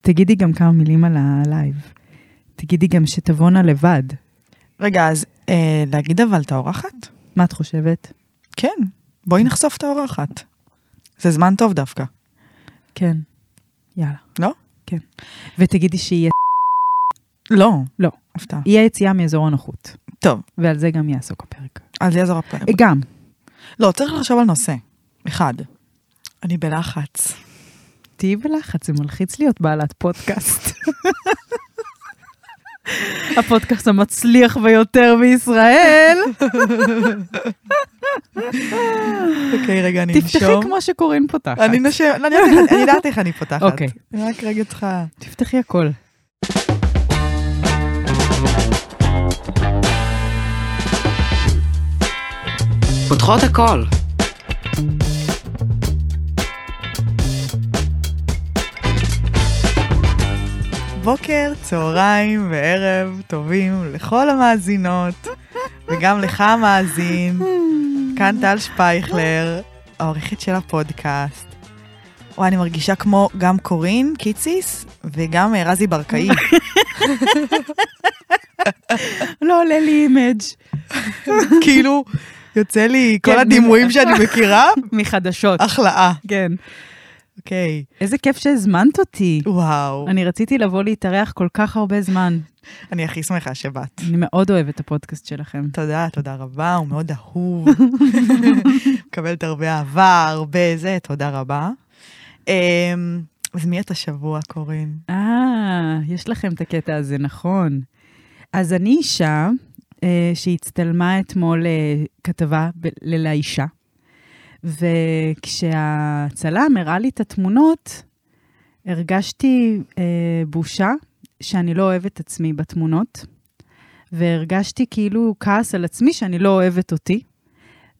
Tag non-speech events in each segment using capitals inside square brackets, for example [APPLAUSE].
תגידי גם כמה מילים על הלייב. תגידי גם שתבואנה לבד. רגע, אז אה, להגיד אבל את האורחת? מה את חושבת? כן, בואי נחשוף את האורחת. זה זמן טוב דווקא. כן. יאללה. לא? כן. ותגידי שיהיה לא. לא. הפתעה. יהיה יציאה מאזור הנוחות, טוב, ועל זה גם יעסוק הפרק. אז יעזור הפרק. גם. לא, צריך לחשוב על נושא. אחד. אני בלחץ. תהיי בלחץ, זה מלחיץ להיות בעלת [LAUGHS] פודקאסט. הפודקאסט המצליח ביותר בישראל. אוקיי, רגע, אני נשום. תפתחי כמו שקורין פותחת. אני נשום, לא, אני יודעת איך- אני יודעת איך אני פותחת. אוקיי. אני רק רגע צריכה... תפתחי הכל. פותחות הכל. בוקר, צהריים וערב טובים לכל המאזינות, וגם לך המאזין. כאן טל שפייכלר, העורכת של הפודקאסט. וואי, אני מרגישה כמו גם קורין קיציס וגם אה, רזי [LAUGHS] ברקאי. לא עולה לי אימג' כאילו, יוצא לי כל כן, [LAUGHS] הדימויים שאני מכירה, מחדשות. החלאה. כן. אוקיי, איזה כיף שהזמנת אותי. וואו. אני רציתי לבוא להתארח כל כך הרבה זמן. אני הכי שמחה שבאת. אני מאוד אוהבת את הפודקאסט שלכם. תודה, תודה רבה, הוא מאוד אהוב. [LAUGHS] מקבלת הרבה אהבה, הרבה זה, תודה רבה. אמ, אז מי את השבוע, קורין? אה, יש לכם את הקטע הזה, נכון. אז אני אישה אה, שהצטלמה אתמול אה, כתבה בליל האישה, וכשהצלם הראה לי את התמונות, הרגשתי אה, בושה שאני לא אוהבת את עצמי בתמונות, והרגשתי כאילו כעס על עצמי שאני לא אוהבת אותי.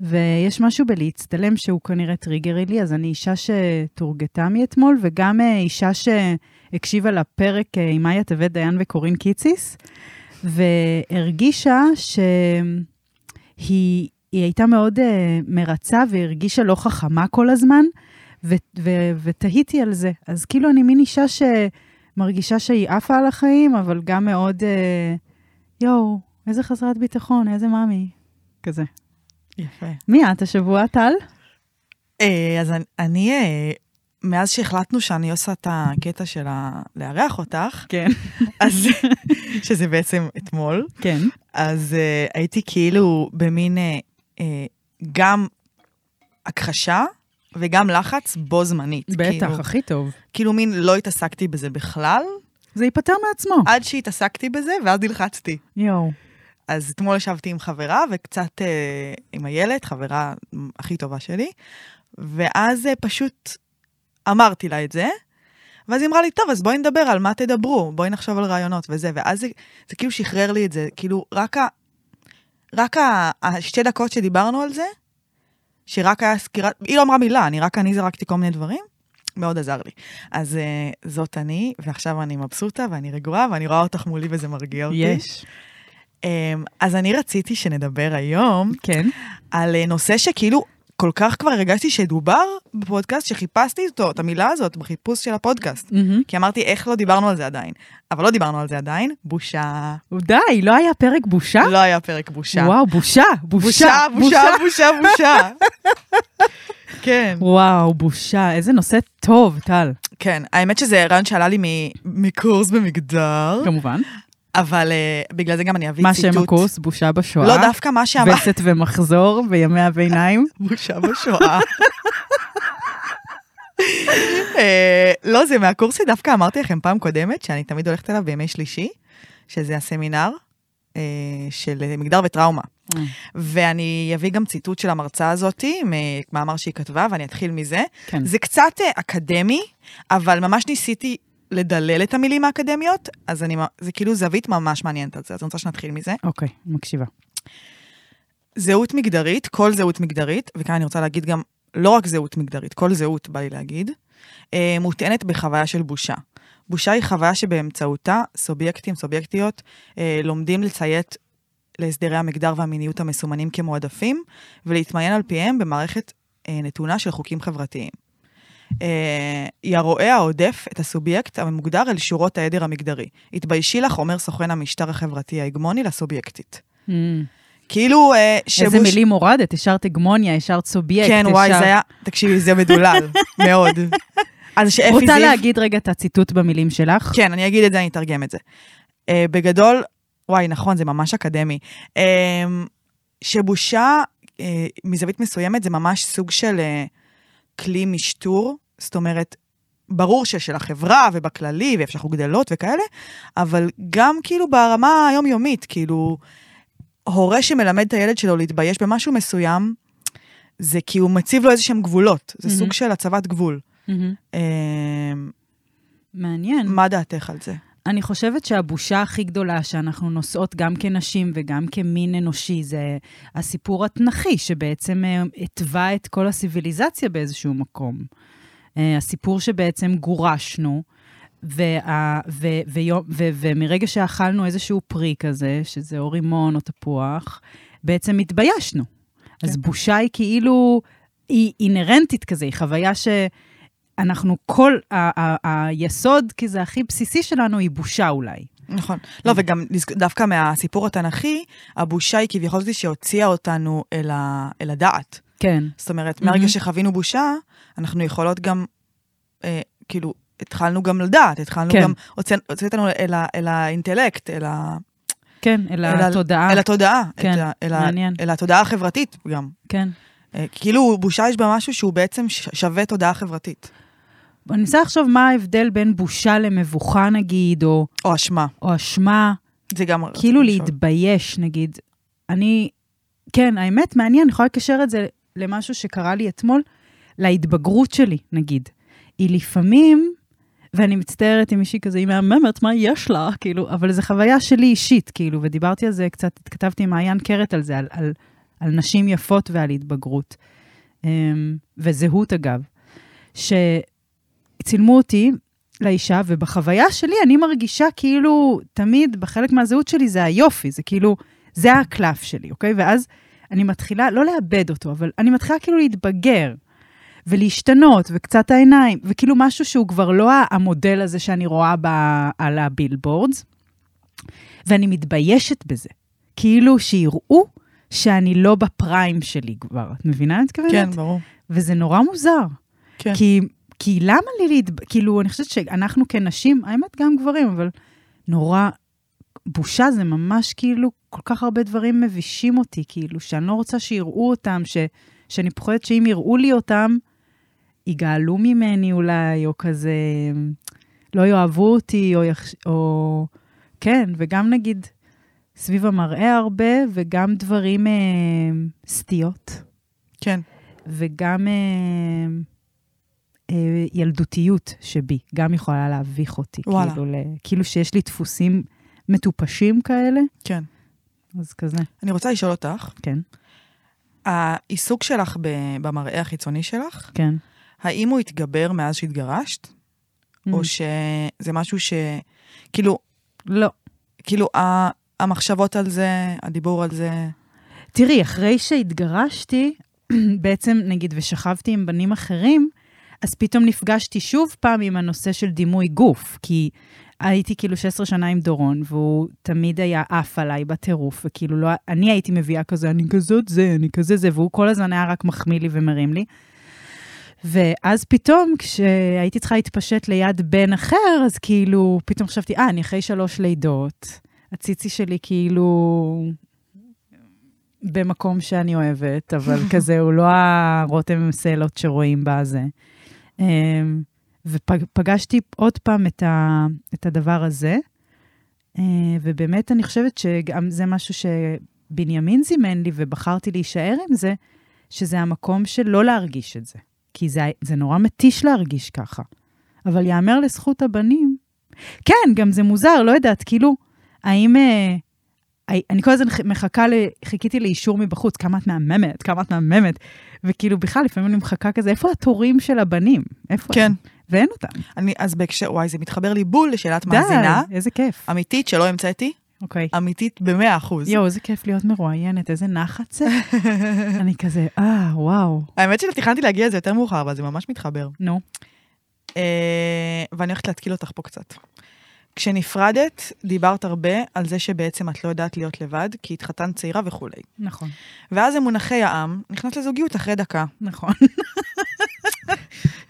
ויש משהו בלהצטלם שהוא כנראה טריגרי לי, אז אני אישה שתורגתה מאתמול, וגם אה, אישה ש... הקשיבה לפרק אה, עם מאיה טבת דיין וקורין קיציס, והרגישה שהיא היא הייתה מאוד uh, מרצה והרגישה לא חכמה כל הזמן, ו- ו- ותהיתי על זה. אז כאילו אני מין אישה שמרגישה שהיא עפה על החיים, אבל גם מאוד, אה, יואו, איזה חסרת ביטחון, איזה מאמי. כזה. יפה. מי את השבוע, טל? אז אני- אני, אה, מאז שהחלטנו שאני עושה את הקטע של ה- לארח אותך, כן. אז, [LAUGHS] שזה בעצם אתמול, כן. אז אה, הייתי כאילו במין אה, אה, גם הכחשה וגם לחץ בו זמנית. כאילו, בטח, הכי טוב. כאילו מין לא התעסקתי בזה בכלל, זה ייפתר מעצמו. עד שהתעסקתי בזה, ואז נלחצתי. יואו. אז אתמול ישבתי עם חברה, וקצת אה, עם איילת, חברה הכי טובה שלי, ואז אה, פשוט אמרתי לה את זה, ואז היא אמרה לי, טוב, אז בואי נדבר על מה תדברו, בואי נחשוב על רעיונות וזה, ואז זה, זה כאילו שחרר לי את זה, כאילו, רק, ה, רק ה, השתי דקות שדיברנו על זה, שרק היה סקירה, היא לא אמרה מילה, אני רק אני זרקתי כל מיני דברים. מאוד עזר לי. אז uh, זאת אני, ועכשיו אני מבסוטה ואני רגועה, ואני רואה אותך מולי וזה מרגיע אותי. יש. אמ, אז אני רציתי שנדבר היום כן. על אה, נושא שכאילו כל כך כבר הרגשתי שדובר בפודקאסט, שחיפשתי אותו, את המילה הזאת, בחיפוש של הפודקאסט. מהמם. כי אמרתי, איך לא דיברנו על זה עדיין? אבל לא דיברנו על זה עדיין, בושה. די, לא היה פרק בושה? לא היה פרק בושה. וואו, בושה, בושה, בושה, בושה, בושה, בושה. [LAUGHS] כן, וואו, בושה, איזה נושא טוב, טל. כן. האמת שזה רעיון שעלה לי מ- מקורס במגדר, כמובן. אבל אה, בגלל זה גם אני אביא מה ציטוט. שם הקורס? אה? בושה בשואה. לא, דווקא מה שאמר... וסת ומחזור בימי הביניים. בושה בשואה. אה, לא, זה מהקורס שדווקא אמרתי לכם פעם קודמת, שאני תמיד הולכת אליו בימי שלישי, שזה הסמינר אה, של אה, מגדר וטראומה. Mm. ואני אביא גם ציטוט של המרצה הזאתי, מאמר שהיא כתבה, ואני אתחיל מזה. [LAUGHS] כן. זה קצת אה, אקדמי, אבל ממש ניסיתי לדלל את המילים האקדמיות, אז אני, מ- זה כאילו זווית ממש מעניינת על זה, אז אני רוצה שנתחיל מזה. אוקיי, מקשיבה. זהות מגדרית, כל זהות מגדרית, וכאן אני רוצה להגיד גם, לא רק זהות מגדרית, כל זהות, בא לי להגיד, אה, מוטענת בחוויה של בושה. בושה היא חוויה שבאמצעותה סובייקטים, סובייקטיות, אה, לומדים לציית להסדרי המגדר והמיניות המסומנים כמועדפים, ולהתמיין על פיהם במערכת אה, נתונה של חוקים חברתיים. אה, היא הרואה העודף את הסובייקט המוגדר אל שורות העדר המגדרי. התביישי לך, אומר סוכן המשטר החברתי ההגמוני לסובייקטית. Mm. כאילו, אה, איזה מילים הורדת? השארת הגמוניה, השארת סובייקט, כן, וואי, השארת- זה היה... תקשיבי, זה מדולל, מאוד. אז שאפי זיו... רוצה להגיד רגע את הציטוט במילים שלך? כן, אני אגיד את זה, אני אתרגם את זה. Uh, בגדול, וואי, נכון, זה ממש אקדמי. Um, שבושה, uh, מזווית מסוימת, זה ממש סוג של uh, כלי משטור, זאת אומרת, ברור ששל החברה ובכללי, ואיפה שאנחנו גדלות וכאלה, אבל גם כאילו ברמה היומיומית, כאילו, הורה שמלמד את הילד שלו להתבייש במשהו מסוים, זה כי הוא מציב לו איזה שהם גבולות, זה מהמם. סוג של הצבת גבול. מהמם. אה, Mm-hmm. מעניין. מה דעתך על זה? אני חושבת שהבושה הכי גדולה שאנחנו נושאות גם כנשים וגם כמין אנושי זה הסיפור התנכי, שבעצם אה, התווה את כל הסיביליזציה באיזשהו מקום. אה, הסיפור שבעצם גורשנו, וה, ו, ויום, ו, ומרגע שאכלנו איזשהו פרי כזה, שזה או רימון או תפוח, בעצם התביישנו. אז בושה היא כאילו, היא אינהרנטית כזה, היא חוויה ש... אנחנו כל, ה- ה- היסוד, כי זה הכי בסיסי שלנו, היא בושה אולי. נכון. לא, וגם לזכ- דווקא מהסיפור התנ"כי, הבושה היא כביכול זאתי שהוציאה אותנו אל, ה, אל הדעת. כן. זאת אומרת, מהמם. מהרגע שחווינו בושה, אנחנו יכולות גם, אה, כאילו, התחלנו גם לדעת, התחלנו כן. גם, הוצאנו הוציא אותנו אל, ה, אל האינטלקט, אל, ה, כן, אל אל ה- התודעה. אל התודעה, כן, את ה, אל, ה, מעניין. אל התודעה החברתית גם. כן. אה, כאילו, בושה יש בה משהו שהוא בעצם ש- שווה תודעה חברתית, אני מנסה לחשוב מה ההבדל בין בושה למבוכה, נגיד, או, או אשמה. או אשמה, זה גם... רציתי כאילו לשאול. להתבייש, נגיד. אני, כן, האמת, מעניין, אני יכולה לקשר את זה למשהו שקרה לי אתמול, להתבגרות שלי, נגיד. היא לפעמים, ואני מצטערת עם מישהי כזה, היא מהממת, מה יש לה? כאילו, אבל זו חוויה שלי אישית, כאילו, ודיברתי על זה קצת, התכתבתי עם מעיין קרת על זה, על, על, על נשים יפות ועל התבגרות. אמ, וזהות, אגב. שצילמו אותי, לאישה, ובחוויה שלי אני מרגישה כאילו, תמיד בחלק מהזהות שלי זה היופי, זה כאילו, זה הקלף שלי, אוקיי? ואז אני מתחילה, לא לאבד אותו, אבל אני מתחילה כאילו להתבגר, ולהשתנות, וקצת העיניים, וכאילו משהו שהוא כבר לא המודל הזה שאני רואה ב, על הבילבורדס, ואני מתביישת בזה. כאילו שיראו שאני לא בפריים שלי כבר. את מבינה מה אני מתכוונת? כן, ברור. וזה נורא מוזר. כן. כי, כי למה לי להתב... כאילו, אני חושבת שאנחנו כנשים, האמת, גם גברים, אבל נורא... בושה זה ממש כאילו, כל כך הרבה דברים מבישים אותי, כאילו, שאני לא רוצה שיראו אותם, ש, שאני פוחדת שאם יראו לי אותם, יגאלו ממני אולי, או כזה, לא יאהבו אותי, או... יחש... או... כן, וגם נגיד, סביב המראה הרבה, וגם דברים אה, סטיות. כן. וגם אה, אה, ילדותיות שבי, גם יכולה להביך אותי. וואלה. כאילו, ל, כאילו שיש לי דפוסים מטופשים כאלה, כן. אז כזה, אני רוצה לשאול אותך, כן, העיסוק שלך ב- במראה החיצוני שלך, כן. האם הוא התגבר מאז שהתגרשת? או שזה משהו ש... כאילו, לא. כאילו ה- המחשבות על זה, הדיבור על זה... תראי, אחרי שהתגרשתי, [CLEARS THROAT] בעצם, נגיד, ושכבתי עם בנים אחרים, אז פתאום נפגשתי שוב פעם עם הנושא של דימוי גוף, כי הייתי כאילו 16 שנה עם דורון, והוא תמיד היה עף עליי בטירוף, וכאילו לא, אני הייתי מביאה כזה, אני כזאת זה, אני כזה זה, והוא כל הזמן היה רק מחמיא לי ומרים לי. ואז פתאום, כשהייתי צריכה להתפשט ליד בן אחר, אז כאילו, פתאום חשבתי, אה, אני אחרי שלוש לידות, הציצי שלי כאילו במקום שאני אוהבת, אבל [LAUGHS] כזה, הוא לא הרותם סלעות שרואים בזה. אמ, ופגשתי עוד פעם את, ה, את הדבר הזה, אה, ובאמת אני חושבת שגם זה משהו שבנימין זימן לי, ובחרתי להישאר עם זה, שזה המקום של לא להרגיש את זה. כי זה, זה נורא מתיש להרגיש ככה. אבל יאמר לזכות הבנים. כן, גם זה מוזר, לא יודעת, כאילו, האם... אה, הי- אני כל הזמן ח- מחכה, ל... חיכיתי לאישור מבחוץ, כמה את מהממת, כמה את מהממת. וכאילו, בכלל, לפעמים אני מחכה כזה, איפה התורים של הבנים? איפה כן. הם? ואין אותם. אני, אז בהקשר, וואי, זה מתחבר לי בול לשאלת מאזינה די, איזה כיף. אמיתית שלא המצאתי, אוקיי. אמיתית במאה אחוז. יואו, איזה כיף להיות מרואיינת, איזה נחת [LAUGHS] זה. אני כזה, אה, וואו. האמת שתכננתי להגיע לזה יותר מאוחר, אבל זה ממש מתחבר. נו, אה, ואני הולכת להתקיל אותך פה קצת. כשנפרדת, דיברת הרבה על זה שבעצם את לא יודעת להיות לבד, כי התחתנת צעירה וכולי. נכון, ואז המונחי העם נכנס לזוגיות אחרי דקה. נכון. [LAUGHS]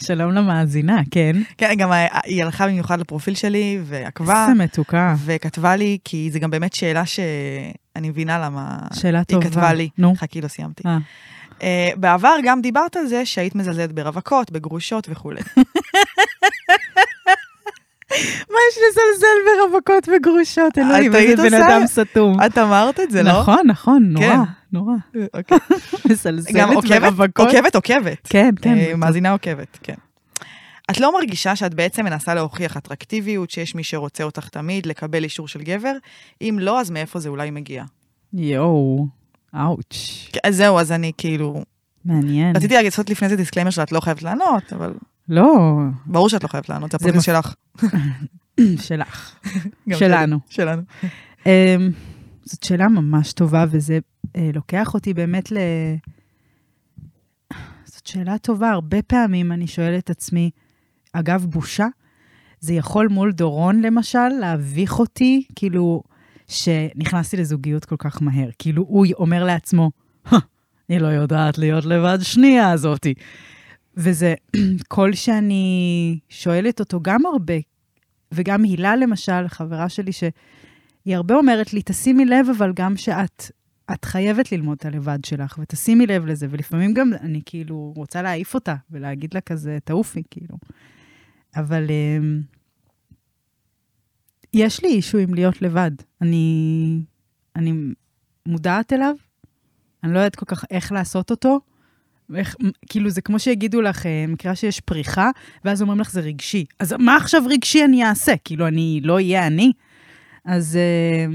שלום למאזינה, כן. כן, גם ה- היא הלכה במיוחד לפרופיל שלי, ועקבה, איזה מתוקה. וכתבה לי, כי זו גם באמת שאלה שאני מבינה למה שאלה היא טובה. כתבה לי. נו. חכי, לא סיימתי. אה. אה, בעבר גם דיברת על זה שהיית מזלזלת ברווקות, בגרושות וכולי. מה יש לזלזל ברווקות וגרושות, אלוהים, את היית איזה בן עושה? אדם סתום. אה, את אמרת את זה, לא? נכון, נכון, נורא, כן. נורא. אוקיי. גם [LAUGHS] מזלזלת עוקבת, ברווקות. עוקבת, עוקבת. כן, כן. אה, מאזינה עוקבת, כן. את לא מרגישה שאת בעצם מנסה להוכיח אטרקטיביות, שיש מי שרוצה אותך תמיד, לקבל אישור של גבר? אם לא, אז מאיפה זה אולי מגיע? יואו, אאוץ'. כן, אז זהו, אז אני כאילו... מעניין. רציתי להגיד, לעשות לפני זה דיסקליימר שאת לא חייבת לענות, אבל לא, [CLEARS THROAT] ברור שאת לא חייבת לענות, זה זה הפרקס שלך. שלך. גם שלי. שלנו. שלנו. אמ, זאת שאלה ממש טובה, וזה אה, לוקח אותי באמת ל... זאת שאלה טובה. הרבה פעמים אני שואלת את עצמי, אגב, בושה, זה יכול מול דורון, למשל, להביך אותי, כאילו, שנכנסתי לזוגיות כל כך מהר. כאילו, הוא אומר לעצמו, "הא, היא לא יודעת להיות לבד שנייה הזאתי. וזה [CLEARS THROAT] קול שאני שואלת אותו גם הרבה, וגם הילה, למשל, חברה שלי, ש... היא הרבה אומרת לי, תשימי לב, אבל גם שאת, את חייבת ללמוד את הלבד שלך, ותשימי לב לזה, ולפעמים גם אני כאילו רוצה להעיף אותה, ולהגיד לה כזה, תעופי, כאילו. אבל אמ, יש לי אישו עם להיות לבד. אני, אני מודעת אליו, אני לא יודעת כל כך איך לעשות אותו. איך, כאילו, זה כמו שיגידו לך, אה, מקרה שיש פריחה, ואז אומרים לך, זה רגשי. אז מה עכשיו רגשי אני אעשה? כאילו, אני לא אהיה אני? אז, אה,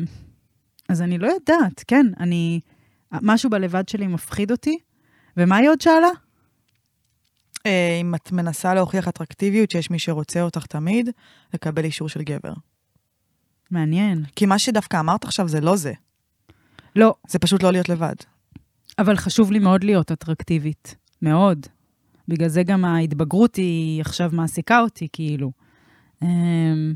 אז אני לא יודעת, כן, אני... משהו בלבד שלי מפחיד אותי. ומה היא עוד שאלה? אה, אם את מנסה להוכיח אטרקטיביות, שיש מי שרוצה אותך תמיד, לקבל אישור של גבר. מעניין. כי מה שדווקא אמרת עכשיו זה לא זה, לא, זה פשוט לא להיות לבד. אבל חשוב לי מאוד להיות אטרקטיבית. מאוד. בגלל זה גם ההתבגרות היא עכשיו מעסיקה אותי, כאילו. אמ,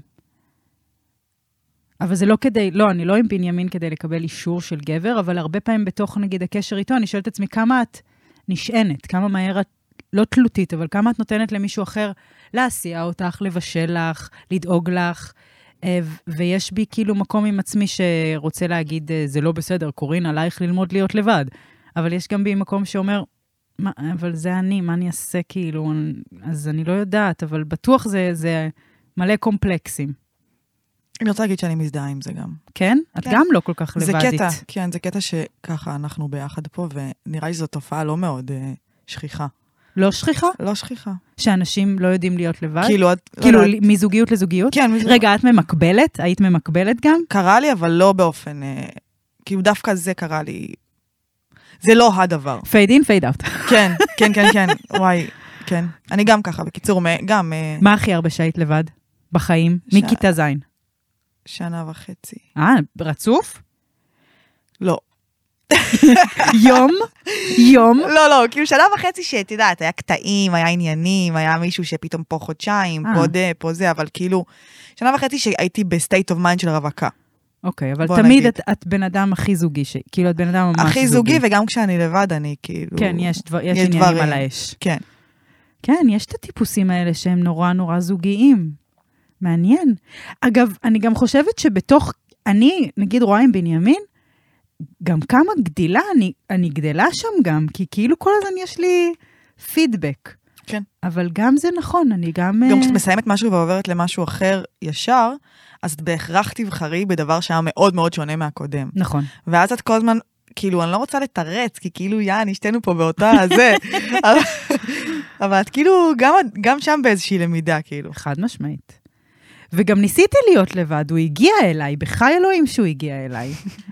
אבל זה לא כדי, לא, אני לא עם בנימין כדי לקבל אישור של גבר, אבל הרבה פעמים בתוך, נגיד, הקשר איתו, אני שואלת את עצמי כמה את נשענת, כמה מהר את, לא תלותית, אבל כמה את נותנת למישהו אחר להסיע אותך, לבשל לך, לדאוג לך. אה, ו- ויש בי כאילו מקום עם עצמי שרוצה להגיד, אה, זה לא בסדר, קורין, עלייך ללמוד להיות לבד. אבל יש גם בי מקום שאומר, מה, אבל זה אני, מה אני אעשה כאילו? אז אני לא יודעת, אבל בטוח זה, זה מלא קומפלקסים. אני רוצה להגיד שאני מזדהה עם זה גם. כן? את כן. גם לא כל כך זה לבדית. קטע, כן, זה קטע שככה אנחנו ביחד פה, ונראה לי שזו תופעה לא מאוד אה, שכיחה. לא שכיחה? לא שכיחה. שאנשים לא יודעים להיות לבד? כאילו, את... לא כאילו, יודעת- מזוגיות לזוגיות? כן, מי זה- רגע, את ממקבלת? היית ממקבלת גם? קרה לי, אבל לא באופן... אה, כאילו, דווקא זה קרה לי. זה לא [LAUGHS] הדבר. פייד אין, פייד אאוט. כן, כן, כן, כן, וואי, כן. אני גם ככה, בקיצור, מ- גם אה, מה הכי הרבה שהיית לבד בחיים? ש- מכיתה ז'. שנה וחצי. אה, רצוף? לא. יום? יום? לא, לא, כאילו שנה וחצי שאת יודעת, היה קטעים, היה עניינים, היה מישהו שפתאום פה חודשיים, אה. פה זה, פה זה, אבל כאילו, שנה וחצי שהייתי בסטייט אוף מיינד של רווקה. אוקיי, אבל בוא תמיד נגיד. את, את בן אדם הכי זוגי, ש... כאילו, את בן אדם ממש הכי זוגי, וגם כשאני לבד, אני כאילו... כן, יש, דבר, יש, יש עניינים דברים. על האש. כן. כן, יש את הטיפוסים האלה שהם נורא נורא זוגיים. מעניין. אגב, אני גם חושבת שבתוך, אני, נגיד, רואה עם בנימין, גם כמה גדילה, אני, אני גדלה שם גם, כי כאילו כל הזמן יש לי פידבק. כן. אבל גם זה נכון, אני גם... גם אה, כשאת מסיימת משהו ועוברת למשהו אחר ישר, אז את בהכרח תבחרי בדבר שהיה מאוד מאוד שונה מהקודם. נכון. ואז את כל הזמן, כאילו, אני לא רוצה לתרץ, כי כאילו, יעני, שתינו פה באותה [LAUGHS] זה. אבל, אבל את כאילו, גם, גם שם באיזושהי למידה, כאילו. חד משמעית. וגם ניסיתי להיות לבד, הוא הגיע אליי, בחי אלוהים שהוא הגיע [LAUGHS] אליי.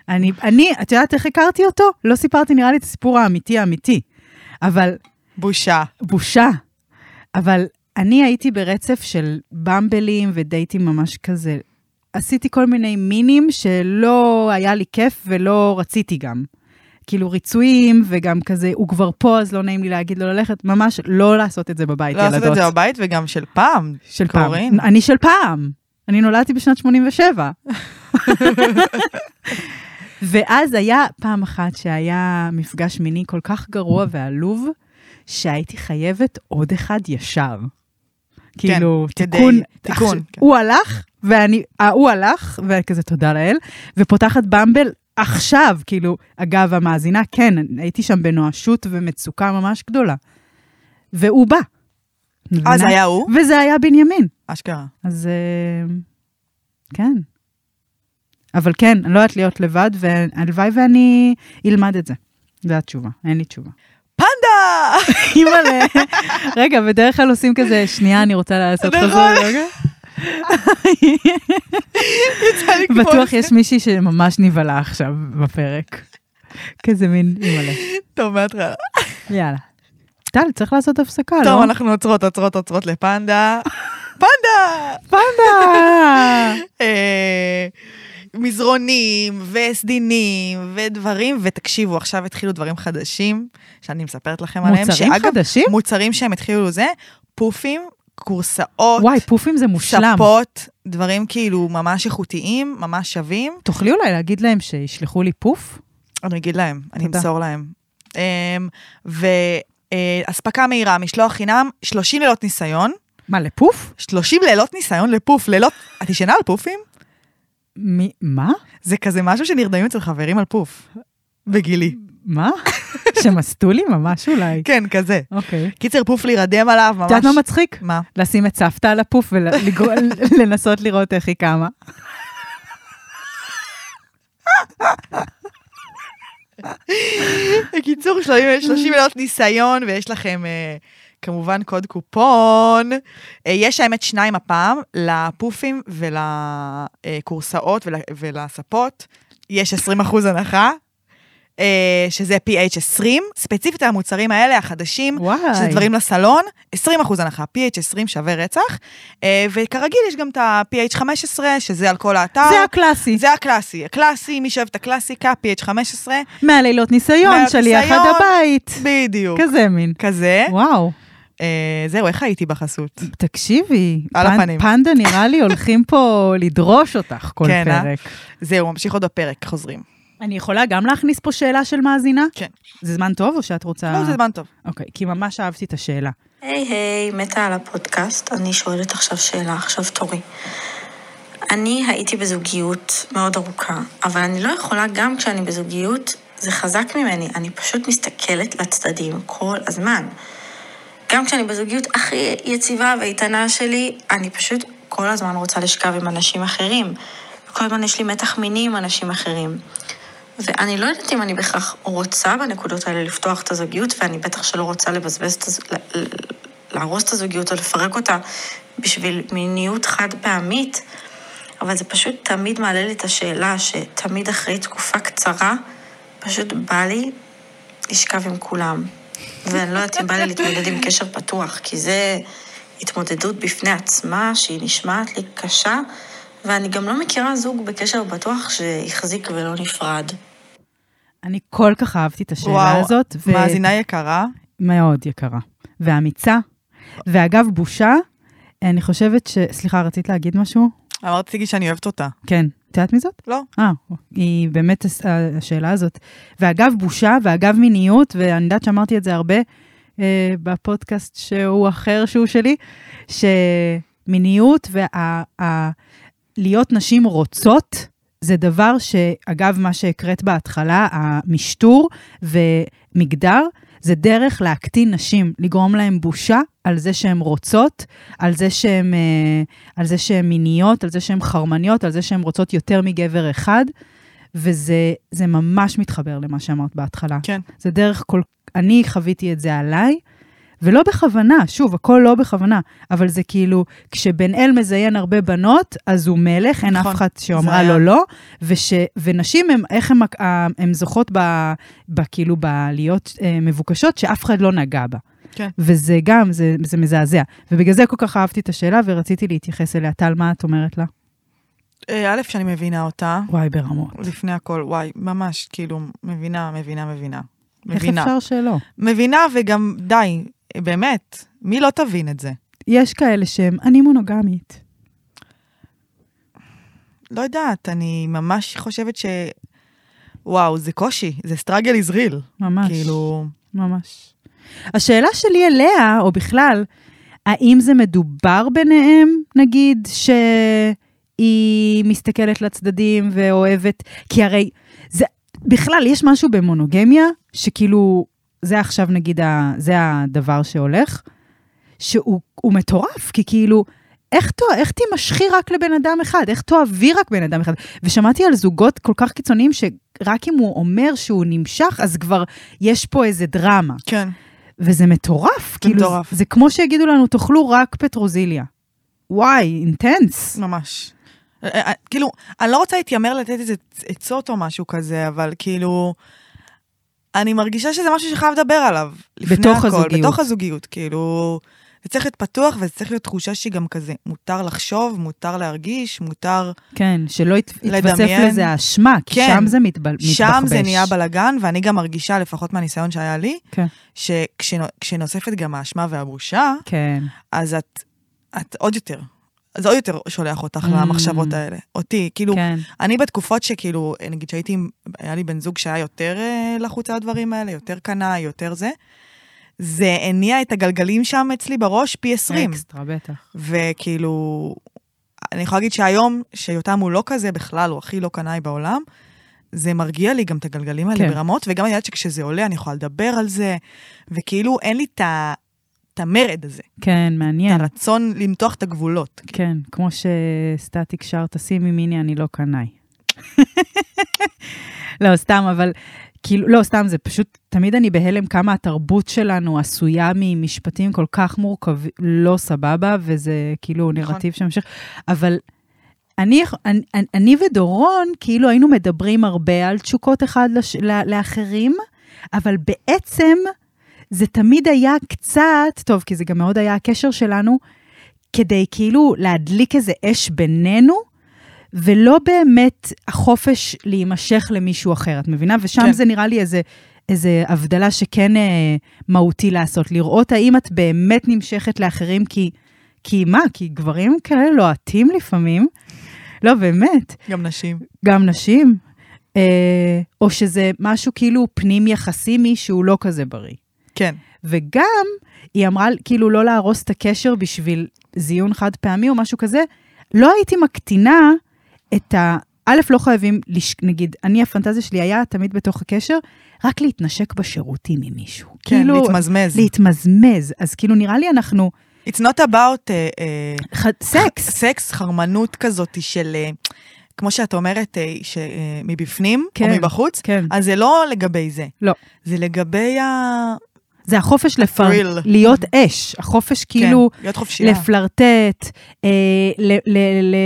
אני, אני, את יודעת איך הכרתי אותו? לא סיפרתי נראה לי את הסיפור האמיתי האמיתי. אבל בושה. בושה. אבל אני הייתי ברצף של במבלים ודייטים ממש כזה עשיתי כל מיני מינים שלא היה לי כיף ולא רציתי גם. כאילו ריצויים, וגם כזה, הוא כבר פה, אז לא נעים לי להגיד לו ללכת, ממש לא לעשות את זה בבית, לא ילדות. לעשות את זה בבית וגם של פעם. של פעם. קורין. אני של פעם. אני נולדתי בשנת [LAUGHS] 87. ואז היה פעם אחת שהיה מפגש מיני כל כך גרוע ועלוב, שהייתי חייבת עוד אחד ישר. כאילו, כן, כדי- תיקון. תיקון, עכשיו, כן. הוא הלך, ואני, ההוא הלך, וכזה תודה לאל, ופותחת במבל עכשיו, כאילו, אגב, המאזינה, כן, הייתי שם בנואשות ומצוקה ממש גדולה. והוא בא. אז מבינה? היה הוא, וזה היה בנימין. אשכרה. אז אה, כן. אבל כן, אני לא יודעת להיות לבד, והלוואי ואני אלמד את זה. זו התשובה, אין לי תשובה. פנדה! אימא'לה. רגע, בדרך כלל עושים כזה, שנייה, אני רוצה לעשות נכון. חזור. לא רגע." יצא לי כמו- בטוח יש מישהי שממש נבהלה עכשיו בפרק. כזה מין, אימא'לה. טוב, מההתחלה. יאללה. טל, צריך לעשות הפסקה, אה, לא? טוב, אנחנו עוצרות, עוצרות, עוצרות לפנדה. פנדה! פנדה! אה, מזרונים וסדינים ודברים, ותקשיבו, עכשיו התחילו דברים חדשים שאני מספרת לכם [LAUGHS] עליהם. מוצרים שאגב, חדשים? מוצרים שהם התחילו זה, פופים, כורסאות, וואי, פופים זה מושלם. ספות, דברים כאילו ממש איכותיים, ממש שווים. תוכלי אולי להגיד להם שישלחו לי פוף? אני אגיד להם, אני תודה. אמסור להם. אמ, ואספקה מהירה, משלוח חינם, 30 לילות ניסיון. מה, לפוף? 30 לילות ניסיון לפוף, לילות... את ישנה על פופים? מי, מה? זה כזה משהו שנרדמים אצל חברים על פוף. בגילי. [LAUGHS] מה? שמסטו לי ממש אולי. כן, כזה. אוקיי. את קיצר, פוף להירדם עליו, ממש... יודעת מה מצחיק? מה? לשים את סבתא על הפוף [LAUGHS] ולנסות לראות איך היא קמה. בקיצור, 30 30 [LAUGHS] מילות ניסיון, ויש לכם אה, כמובן קוד קופון. אה, יש האמת שניים הפעם, לפופים ולכורסאות ולספות. יש 20 אחוז הנחה, אה, שזה PH 20. ספציפית המוצרים האלה, החדשים, וואי. שזה דברים לסלון, 20 אחוז הנחה, PH 20 שווה רצח. אה, וכרגיל, יש גם את ה-PH 15, שזה על כל האתר. זה הקלאסי. אה, זה הקלאסי, הקלאסי, מי שאוהב את הקלאסיקה, PH 15, מהלילות ניסיון, מהלילות שליח ניסיון. עד הבית. בדיוק. כן. כזה מין. כזה. וואו. אה, זהו, איך הייתי בחסות? תקשיבי, על פנ- הפנים. פנדה נראה [LAUGHS] לי הולכים פה לדרוש אותך כל כן, אה? פרק. זהו, ממשיך עוד בפרק, חוזרים. אני יכולה גם להכניס פה שאלה של מאזינה? כן. זה זמן טוב או שאת רוצה... לא, זה זמן טוב. אוקיי, כי ממש אהבתי את השאלה. היי היי, מתה על הפודקאסט, אני שואלת עכשיו שאלה, עכשיו תורי. אני הייתי בזוגיות מאוד ארוכה, אבל אני לא יכולה גם כשאני בזוגיות, זה חזק ממני, אני פשוט מסתכלת לצדדים כל הזמן. גם כשאני בזוגיות הכי יציבה ואיתנה שלי, אני פשוט כל הזמן רוצה לשכב עם אנשים אחרים. כל הזמן יש לי מתח מיני עם אנשים אחרים. ואני לא יודעת אם אני בהכרח רוצה בנקודות האלה לפתוח את הזוגיות, ואני בטח שלא רוצה לבזבז את הז... ל- ל- להרוס את הזוגיות או לפרק אותה בשביל מיניות חד פעמית, אבל זה פשוט תמיד מעלה לי את השאלה שתמיד אחרי תקופה קצרה, פשוט בא לי לשכב עם כולם. ואני לא יודעת אם בא לי להתמודד עם קשר פתוח, כי זה התמודדות בפני עצמה, שהיא נשמעת לי קשה, ואני גם לא מכירה זוג בקשר פתוח שהחזיק ולא נפרד. אני כל כך אהבתי את השאלה וואו, הזאת. ו- מאזינה יקרה, מאוד יקרה, ואמיצה. ואגב, בושה, אני חושבת ש... סליחה, רצית להגיד משהו? אמרתי שאני אוהבת אותה. כן. את יודעת מי זאת? לא. אה, היא באמת הס- ה- השאלה הזאת. ואגב, בושה, ואגב, מיניות, ואני יודעת שאמרתי את זה הרבה אה, בפודקאסט שהוא אחר שהוא שלי, שמיניות וה... ה- להיות נשים רוצות, זה דבר שאגב, מה שהקראת בהתחלה, המשטור ומגדר, זה דרך להקטין נשים, לגרום להן בושה על זה שהן רוצות, על זה שהן, אה, על זה שהן מיניות, על זה שהן חרמניות, על זה שהן רוצות יותר מגבר אחד, וזה זה ממש מתחבר למה שאמרת בהתחלה. כן. זה דרך כל... אני חוויתי את זה עליי, ולא בכוונה, שוב, הכל לא בכוונה, אבל זה כאילו, כשבן אל מזיין הרבה בנות, אז הוא מלך, אין נכון. אף אחת שאמרה זה היה. לו לא, וש, ונשים, הם, איך הן הם זוכות ב, ב, כאילו, בלהיות אה, מבוקשות, שאף אחד לא נגע בה. כן. וזה גם, זה, זה מזעזע. ובגלל זה כל כך אהבתי את השאלה, ורציתי להתייחס אליה. טל, מה את אומרת לה? אה, א', שאני מבינה אותה, וואי, ברמות. לפני הכל, וואי, ממש, כאילו, מבינה, מבינה, מבינה. איך מבינה. אפשר שלא? מבינה וגם, די, באמת, מי לא תבין את זה? יש כאלה שהם, אני מונוגמית. לא יודעת, אני ממש חושבת ש... וואו, זה קושי, זה struggle is real. ממש. כאילו, ממש. השאלה שלי אליה, או בכלל, האם זה מדובר ביניהם, נגיד, שהיא מסתכלת לצדדים ואוהבת, כי הרי זה, בכלל, יש משהו במונוגמיה, שכאילו, זה עכשיו נגיד, ה, זה הדבר שהולך, שהוא הוא מטורף, כי כאילו, איך, תוא, איך תימשכי רק לבן אדם אחד? איך תאהבי רק בן אדם אחד? ושמעתי על זוגות כל כך קיצוניים, שרק אם הוא אומר שהוא נמשך, אז כבר יש פה איזה דרמה. כן. וזה מטורף, כאילו, מטורף. זה, זה כמו שיגידו לנו, תאכלו רק פטרוזיליה. וואי, אינטנס. ממש. אה, אה, כאילו, אני לא רוצה להתיימר לתת איזה צ- עצות או משהו כזה, אבל כאילו, אני מרגישה שזה משהו שחייב לדבר עליו. לפני בתוך הכל, הזוגיות. בתוך הזוגיות, כאילו, זה צריך להיות פתוח וזה צריך להיות תחושה שהיא גם כזה, מותר לחשוב, מותר להרגיש, מותר... כן, שלא ית, יתווסף לדמיין. לזה האשמה, כי כן. שם זה מתבל, מתבחבש. שם זה נהיה בלאגן, ואני גם מרגישה, לפחות מהניסיון שהיה לי, כן. שכשנוספת גם האשמה והבושה, כן, אז את, את עוד יותר, זה עוד יותר שולח אותך Mm. למחשבות האלה. אותי, כאילו, כן. אני בתקופות שכאילו, נגיד שהייתי, עם- היה לי בן זוג שהיה יותר אה, לחוץ על הדברים האלה, יותר קנאי, יותר זה, זה הניע את הגלגלים שם אצלי בראש פי 20. אקסטרה, בטח. וכאילו, אני יכולה להגיד שהיום, שיותם הוא לא כזה בכלל, הוא הכי לא קנאי בעולם, זה מרגיע לי גם את הגלגלים האלה כן. כן. ברמות, וגם אני יודעת שכשזה עולה אני יכולה לדבר על זה, וכאילו אין לי את ה- את המרד הזה, כן, מעניין. הרצון למתוח את הגבולות. כן, כמו שסטטיק שר, תשימי מיני, אני לא קנאי. [LAUGHS] לא, סתם, אבל כאילו, לא, סתם, זה פשוט, תמיד אני בהלם כמה התרבות שלנו עשויה ממשפטים כל כך מורכבים, לא סבבה, וזה כאילו נכון. נרטיב שממשיך. אבל אני, אני, אני ודורון, כאילו היינו מדברים הרבה על תשוקות אחד לש, ל- לאחרים, אבל בעצם זה תמיד היה קצת, טוב, כי זה גם מאוד היה הקשר שלנו, כדי כאילו להדליק איזה אש בינינו, ולא באמת החופש להימשך למישהו אחר, את מבינה? ושם כן. כן. זה נראה לי איזה, איזה הבדלה שכן אה, מהותי לעשות, לראות האם את באמת נמשכת לאחרים, כי, כי מה? כי גברים כאלה לוהטים לפעמים. לא, באמת. גם נשים. גם נשים, אה, או שזה משהו כאילו פנים יחסימי שהוא לא כזה בריא. כן. וגם, היא אמרה כאילו לא להרוס את הקשר בשביל זיון חד פעמי או משהו כזה, לא הייתי מקטינה את ה... א', לא חייבים, לש... נגיד, אני, הפנטזיה שלי היה תמיד בתוך הקשר, רק להתנשק בשירותים עם מישהו. כן, כאילו, להתמזמז. להתמזמז. אז כאילו, נראה לי אנחנו... It's not about אה, ח... סקס. סקס, חרמנות כזאת של, אה, כמו שאת אומרת, אה, ש- אה, מבפנים כן, או מבחוץ, כן. אז זה לא לגבי זה. לא. זה לגבי ה... כן, זה החופש לפר... Thrill. להיות אש. החופש כאילו... כן, להיות חופשייה. לפלרטט, אה, ל- ל- ל-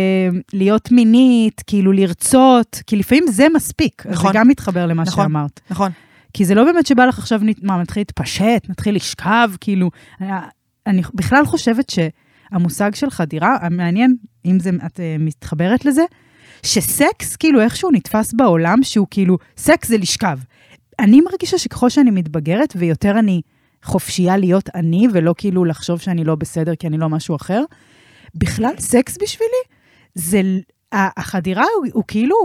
להיות מינית, כאילו לרצות, כי לפעמים זה מספיק. נכון. נכון. זה גם מתחבר למה נכון. שאמרת. נכון. כי זה לא באמת שבא לך עכשיו, נת- מה, נתחיל להתפשט, נתחיל לשכב, כאילו... אני, אני בכלל חושבת שהמושג של חדירה, המעניין, אם זה, את אה, מתחברת לזה, שסקס כאילו איכשהו נתפס בעולם שהוא כאילו, סקס זה לשכב. אני מרגישה שככל שאני מתבגרת ויותר אני חופשייה להיות אני, ולא כאילו לחשוב שאני לא בסדר כי אני לא משהו אחר, בכלל סקס בשבילי, זה, ה- החדירה הוא, הוא כאילו,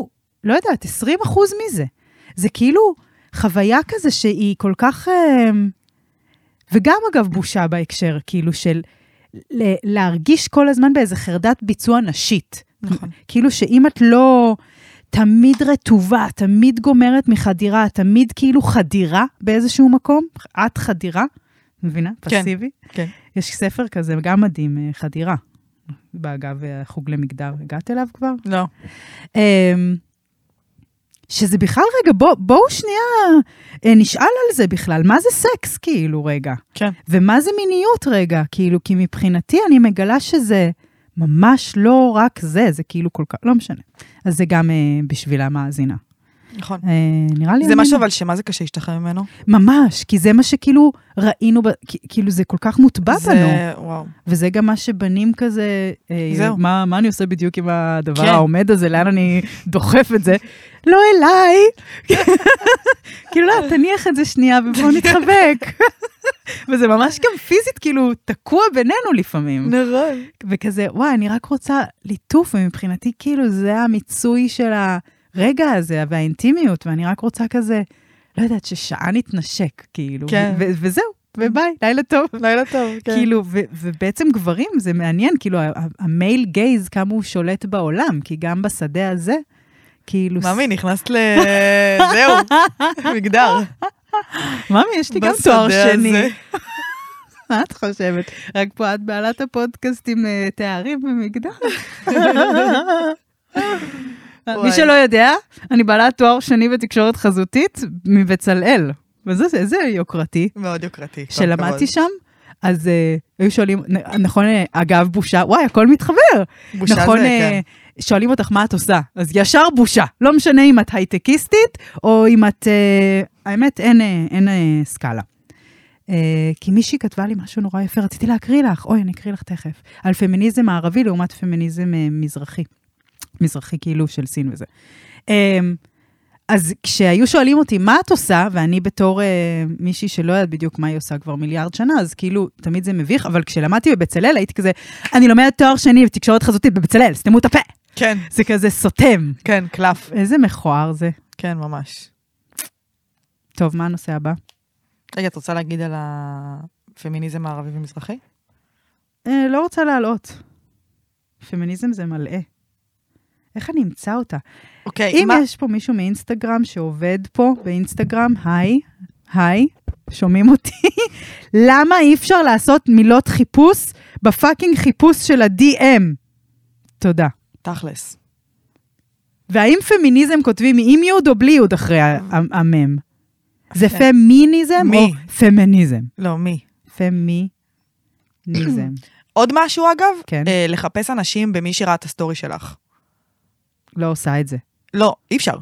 לא יודעת, 20 אחוז מזה. זה כאילו חוויה כזה שהיא כל כך... אה, וגם אגב בושה בהקשר, כאילו של ל- להרגיש כל הזמן באיזה חרדת ביצוע נשית. נכון. כאילו שאם את לא תמיד רטובה, תמיד גומרת מחדירה, תמיד כאילו חדירה באיזשהו מקום, את חדירה, מבינה? כן, פסיבי. כן. יש ספר כזה, גם מדהים, אה, חדירה. אגב, החוג למגדר, הגעת אליו כבר? לא. אמ, שזה בכלל, רגע, בוא, בואו שנייה אה, נשאל על זה בכלל, מה זה סקס כאילו רגע? כן. ומה זה מיניות רגע? כאילו, כי מבחינתי אני מגלה שזה ממש לא רק זה, זה כאילו כל כך, לא משנה. אז זה גם אה, בשביל המאזינה. נכון. אה, נראה לי... זה אני- משהו אבל שמה זה קשה להשתחרר ממנו? ממש, כי זה מה שכאילו ראינו, ב- כי- כאילו זה כל כך מוטבע זה- בנו. וואו. וזה גם מה שבנים כזה, אה, זהו. מה, מה אני עושה בדיוק עם הדבר כן. העומד הזה, לאן אני דוחף את זה? לא אליי. [LAUGHS] כאילו, לא, תניח את זה שנייה ובואו נתחבק. [LAUGHS] וזה ממש גם פיזית, כאילו, תקוע בינינו לפעמים. נכון. וכזה, וואי, אני רק רוצה ליטוף, ומבחינתי, כאילו, זה המיצוי של הרגע הזה, והאינטימיות, ואני רק רוצה כזה, לא יודעת, ששעה נתנשק, כאילו. כן. ו- ו- וזהו, וביי, לילה טוב. לילה טוב, כן. כאילו, ו- ובעצם גברים, זה מעניין, כאילו, ה- ה- המייל גייז, כמה הוא שולט בעולם, כי גם בשדה הזה, כאילו... ס- מאמי, נכנסת ל... [LAUGHS] זהו, מגדר. ממי, יש לי גם תואר בשדה שני. הזה. מה את חושבת? רק פה את בעלת הפודקאסט עם אה, תארים [LAUGHS] במגדר. וואי. מי שלא יודע, אני בעלת תואר שני בתקשורת חזותית מבצלאל. וזה זה- זה יוקרתי. מאוד יוקרתי. כל שלמדתי הכבוד. שם, אז אה, היו שואלים, נ- נכון, אה, אגב, בושה, וואי, הכל מתחבר. בושה נכון, זה, אה, כן. שואלים אותך מה את עושה, אז ישר בושה. לא משנה אם את הייטקיסטית, או אם את... אה, האמת, אין, אה, אין אה, סקאלה. אה, כי מישהי כתבה לי משהו נורא יפה, רציתי להקריא לך, אוי, אני אקריא לך תכף, על פמיניזם הערבי לעומת פמיניזם אה, מזרחי. מזרחי כאילו של סין וזה. אה, אז כשהיו שואלים אותי, מה את עושה? ואני בתור אה, מישהי שלא יודעת בדיוק מה היא עושה כבר מיליארד שנה, אז כאילו, תמיד זה מביך, אבל כשלמדתי בבצלאל, הייתי כזה, אני לומדת תואר שני בתקשורת חזותית בבצלאל, סתמו את הפה. כן, זה כזה סותם. כן, קלף. איזה מכוער זה. כן, ממש. טוב, מה הנושא הבא? רגע, את רוצה להגיד על הפמיניזם הערבי ומזרחי? אה, לא רוצה להלאות. פמיניזם זה מלאה. איך אני אמצא אותה? אוקיי, אם מה- יש פה מישהו מאינסטגרם שעובד פה באינסטגרם, היי, היי, שומעים אותי? [LAUGHS] למה אי אפשר לעשות מילות חיפוש בפאקינג חיפוש של ה-DM? תודה. תכלס. והאם פמיניזם כותבים עם יוד או בלי יוד אחרי ה- ה- המם? זה Mm. כן. פמיניזם מי? או פמיניזם? לא, מי? פמיניזם. [COUGHS] עוד משהו, אגב? כן. אה, לחפש אנשים במי שראה את הסטורי שלך. לא עושה את זה. לא, אי אפשר, זה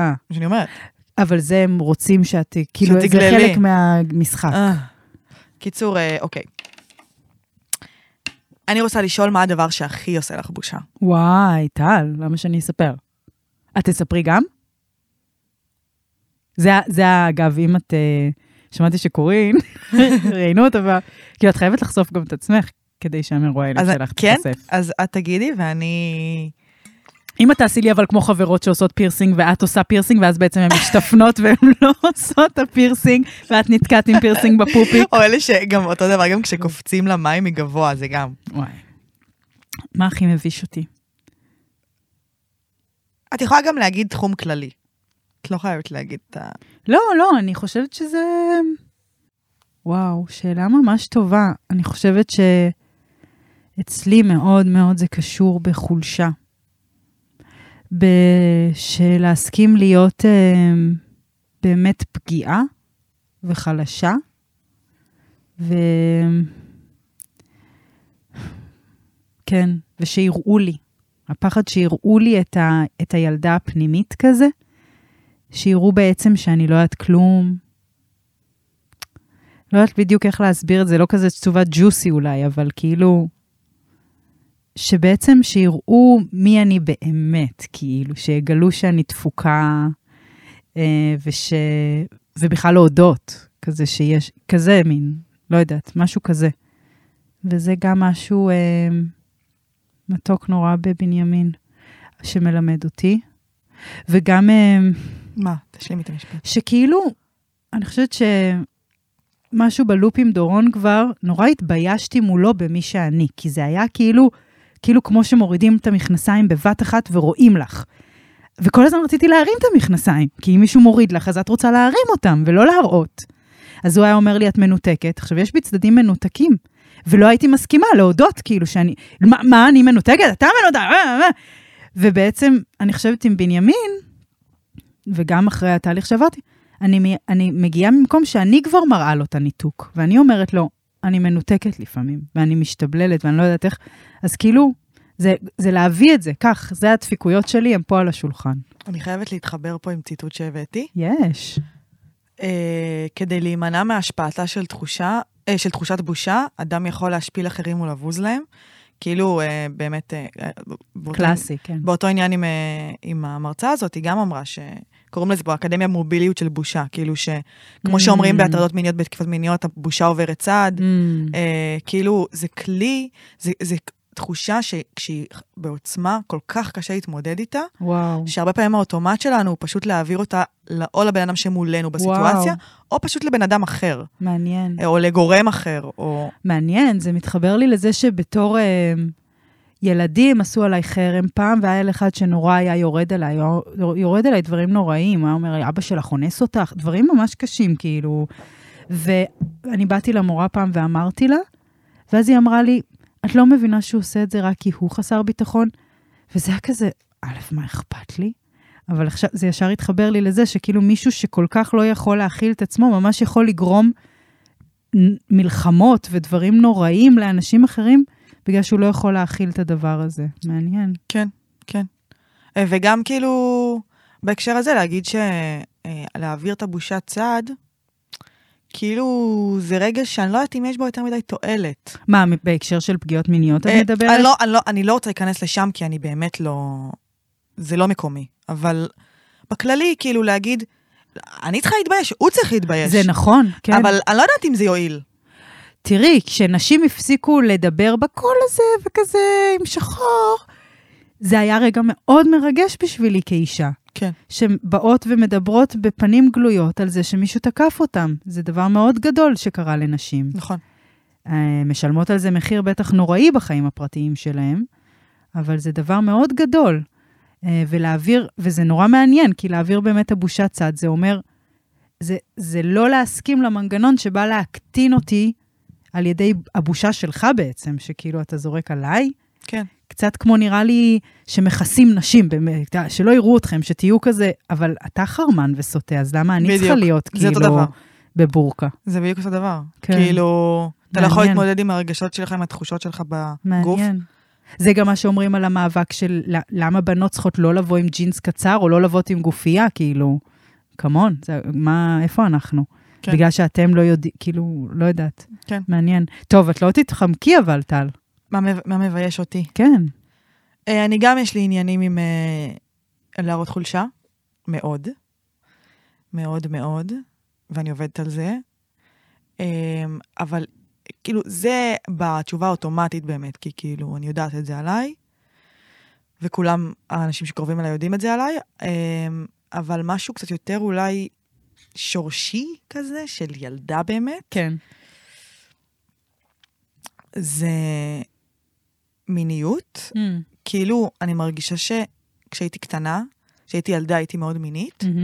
אה, מה שאני אומרת. אבל זה הם רוצים שאת, כאילו, זה שתגללי. חלק מהמשחק. אה. קיצור, אה, אוקיי. אני רוצה לשאול מה הדבר שהכי עושה לך בושה. וואי, טל, למה שאני אספר? את תספרי גם? זה, ה- זה ה- אגב, אם את... אה, שמעתי [LAUGHS] שקורין, ראיינו אותה, וה- כאילו, את חייבת לחשוף גם את עצמך, כדי שהמרואי אז הלב שלך כן, תתחשף. אז את תגידי, ואני... אם את תעשי לי אבל כמו חברות שעושות פירסינג, ואת עושה פירסינג, ואז בעצם הן משתפנות והן [LAUGHS] לא עושות את הפירסינג, ואת נתקעת עם פירסינג [LAUGHS] בפופיק. או אלה שגם אותו דבר, גם כשקופצים למים מגבוה, זה גם. וואי. מה הכי מביש אותי? את יכולה גם להגיד תחום כללי. את לא חייבת להגיד את ה... לא, לא, אני חושבת שזה... וואו, שאלה ממש טובה. אני חושבת שאצלי מאוד מאוד זה קשור בחולשה. בשלהסכים להיות אה, באמת פגיעה וחלשה, ו... כן, ושיראו לי. הפחד שיראו לי את, ה... את הילדה הפנימית כזה, שיראו בעצם שאני לא יודעת כלום. לא יודעת בדיוק איך להסביר את זה, לא כזה תשובה ג'וסי אולי, אבל כאילו... שבעצם שיראו מי אני באמת, כאילו, שיגלו שאני תפוקה, אה, וש... ובכלל להודות, כזה שיש, כזה מין, לא יודעת, משהו כזה. וזה גם משהו אה, מתוק נורא בבנימין, שמלמד אותי. וגם... אה, מה? תשלימי את המשפט. שכאילו, אני חושבת שמשהו בלופ עם דורון כבר, נורא התביישתי מולו במי שאני, כי זה היה כאילו, כאילו כמו שמורידים את המכנסיים בבת אחת ורואים לך. וכל הזמן רציתי להרים את המכנסיים, כי אם מישהו מוריד לך, אז את רוצה להרים אותם ולא להראות. אז הוא היה אומר לי, את מנותקת. עכשיו, יש בי צדדים מנותקים, ולא הייתי מסכימה להודות, כאילו, שאני, מה, מה אני מנותקת? אתה מנותק? אה, אה, אה." ובעצם, אני חושבת עם בנימין, וגם אחרי התהליך שעברתי, אני, מ- אני מגיעה ממקום שאני כבר מראה לו את הניתוק, ואני אומרת לו, אני מנותקת לפעמים, ואני משתבללת, ואני לא יודעת איך, אז כאילו, זה, זה להביא את זה, כך, זה הדפיקויות שלי, הן פה על השולחן. אני חייבת להתחבר פה עם ציטוט שהבאתי. יש. אה, כדי להימנע מהשפעתה של תחושה, אה, של תחושת בושה, אדם יכול להשפיל אחרים ולבוז להם. כאילו, אה, באמת... אה, אה, באותו- קלאסי, כן. באותו עניין עם, אה, עם המרצה הזאת, היא גם אמרה ש... קוראים לזה באקדמיה מוביליות של בושה, כאילו שכמו שאומרים Mm. בהטרדות מיניות, בתקיפות מיניות, הבושה עוברת צד, Mm. אה, כאילו זה כלי, זה, זה תחושה שכשהיא בעוצמה כל כך קשה להתמודד איתה, וואו. שהרבה פעמים האוטומט שלנו הוא פשוט להעביר אותה לא- או לבן אדם שמולנו בסיטואציה, או פשוט לבן אדם אחר, מעניין. אה, או לגורם אחר, או... מעניין, זה מתחבר לי לזה שבתור אה, ילדים עשו עליי חרם פעם, והיה ילד אחד שנורא היה יורד עליי, הוא היה יורד עליי דברים נוראים, היה אומר לי, אבא שלך אונס אותך, דברים ממש קשים, כאילו. ואני באתי למורה פעם ואמרתי לה, ואז היא אמרה לי, את לא מבינה שהוא עושה את זה רק כי הוא חסר ביטחון? וזה היה כזה, א', מה אכפת לי? אבל עכשיו, זה ישר התחבר לי לזה שכאילו מישהו שכל כך לא יכול להכיל את עצמו, ממש יכול לגרום נ- מלחמות ודברים נוראים לאנשים אחרים, בגלל שהוא לא יכול להכיל את הדבר הזה. מעניין. כן, כן. אה, וגם כאילו, בהקשר הזה, להגיד שלהעביר את הבושה צד, כאילו, זה רגע שאני לא יודעת אם יש בו יותר מדי תועלת. מה, מ- בהקשר של פגיעות מיניות את אה, מדברת? אני לא, אני, לא, אני לא רוצה להיכנס לשם, כי אני באמת לא... זה לא מקומי. אבל בכללי, כאילו, להגיד, אני צריכה להתבייש, הוא צריך להתבייש. זה נכון, כן. אבל אני לא יודעת אם זה יועיל. תראי, כשנשים הפסיקו לדבר בקול הזה וכזה עם שחור, זה היה רגע מאוד מרגש בשבילי כאישה. כן. שבאות ומדברות בפנים גלויות על זה שמישהו תקף אותם. זה דבר מאוד גדול שקרה לנשים. נכון. אה, משלמות על זה מחיר בטח נוראי בחיים הפרטיים שלהם, אבל זה דבר מאוד גדול. אה, ולהעביר, וזה נורא מעניין, כי להעביר באמת הבושה צד, זה אומר, זה, זה לא להסכים למנגנון שבא להקטין אותי על ידי הבושה שלך בעצם, שכאילו אתה זורק עליי. כן. קצת כמו נראה לי שמכסים נשים, באמת, שלא יראו אתכם, שתהיו כזה, אבל אתה חרמן וסוטה, אז למה אני צריכה בדיוק. להיות זה אותו כאילו דבר. בבורקה? זה בדיוק אותו דבר. כן. כן. כאילו, אתה לא יכול מעניין. להתמודד עם הרגשות שלך, עם התחושות שלך בגוף. מעניין. זה גם מה שאומרים על המאבק של ל- למה בנות צריכות לא לבוא עם ג'ינס קצר או לא לבוא עם גופייה, כאילו, כמון, זה- מה, איפה אנחנו? כן. בגלל שאתם לא יודעים, כאילו, לא יודעת. כן. מעניין. טוב, את לא תתחמקי אבל, טל. מה, מב- מה מבייש אותי? כן. אה, אני גם יש לי עניינים עם אה, להראות חולשה, מאוד. מאוד מאוד, ואני עובדת על זה. אה, אבל אה, כאילו, זה בתשובה האוטומטית באמת, כי כאילו, אני יודעת את זה עליי, וכולם, האנשים שקרובים אליי יודעים את זה עליי, אה, אבל משהו קצת יותר אולי שורשי כזה, של ילדה באמת. כן. זה מיניות. Mm-hmm. כאילו, אני מרגישה שכשהייתי קטנה, כשהייתי ילדה הייתי מאוד מינית. Mm.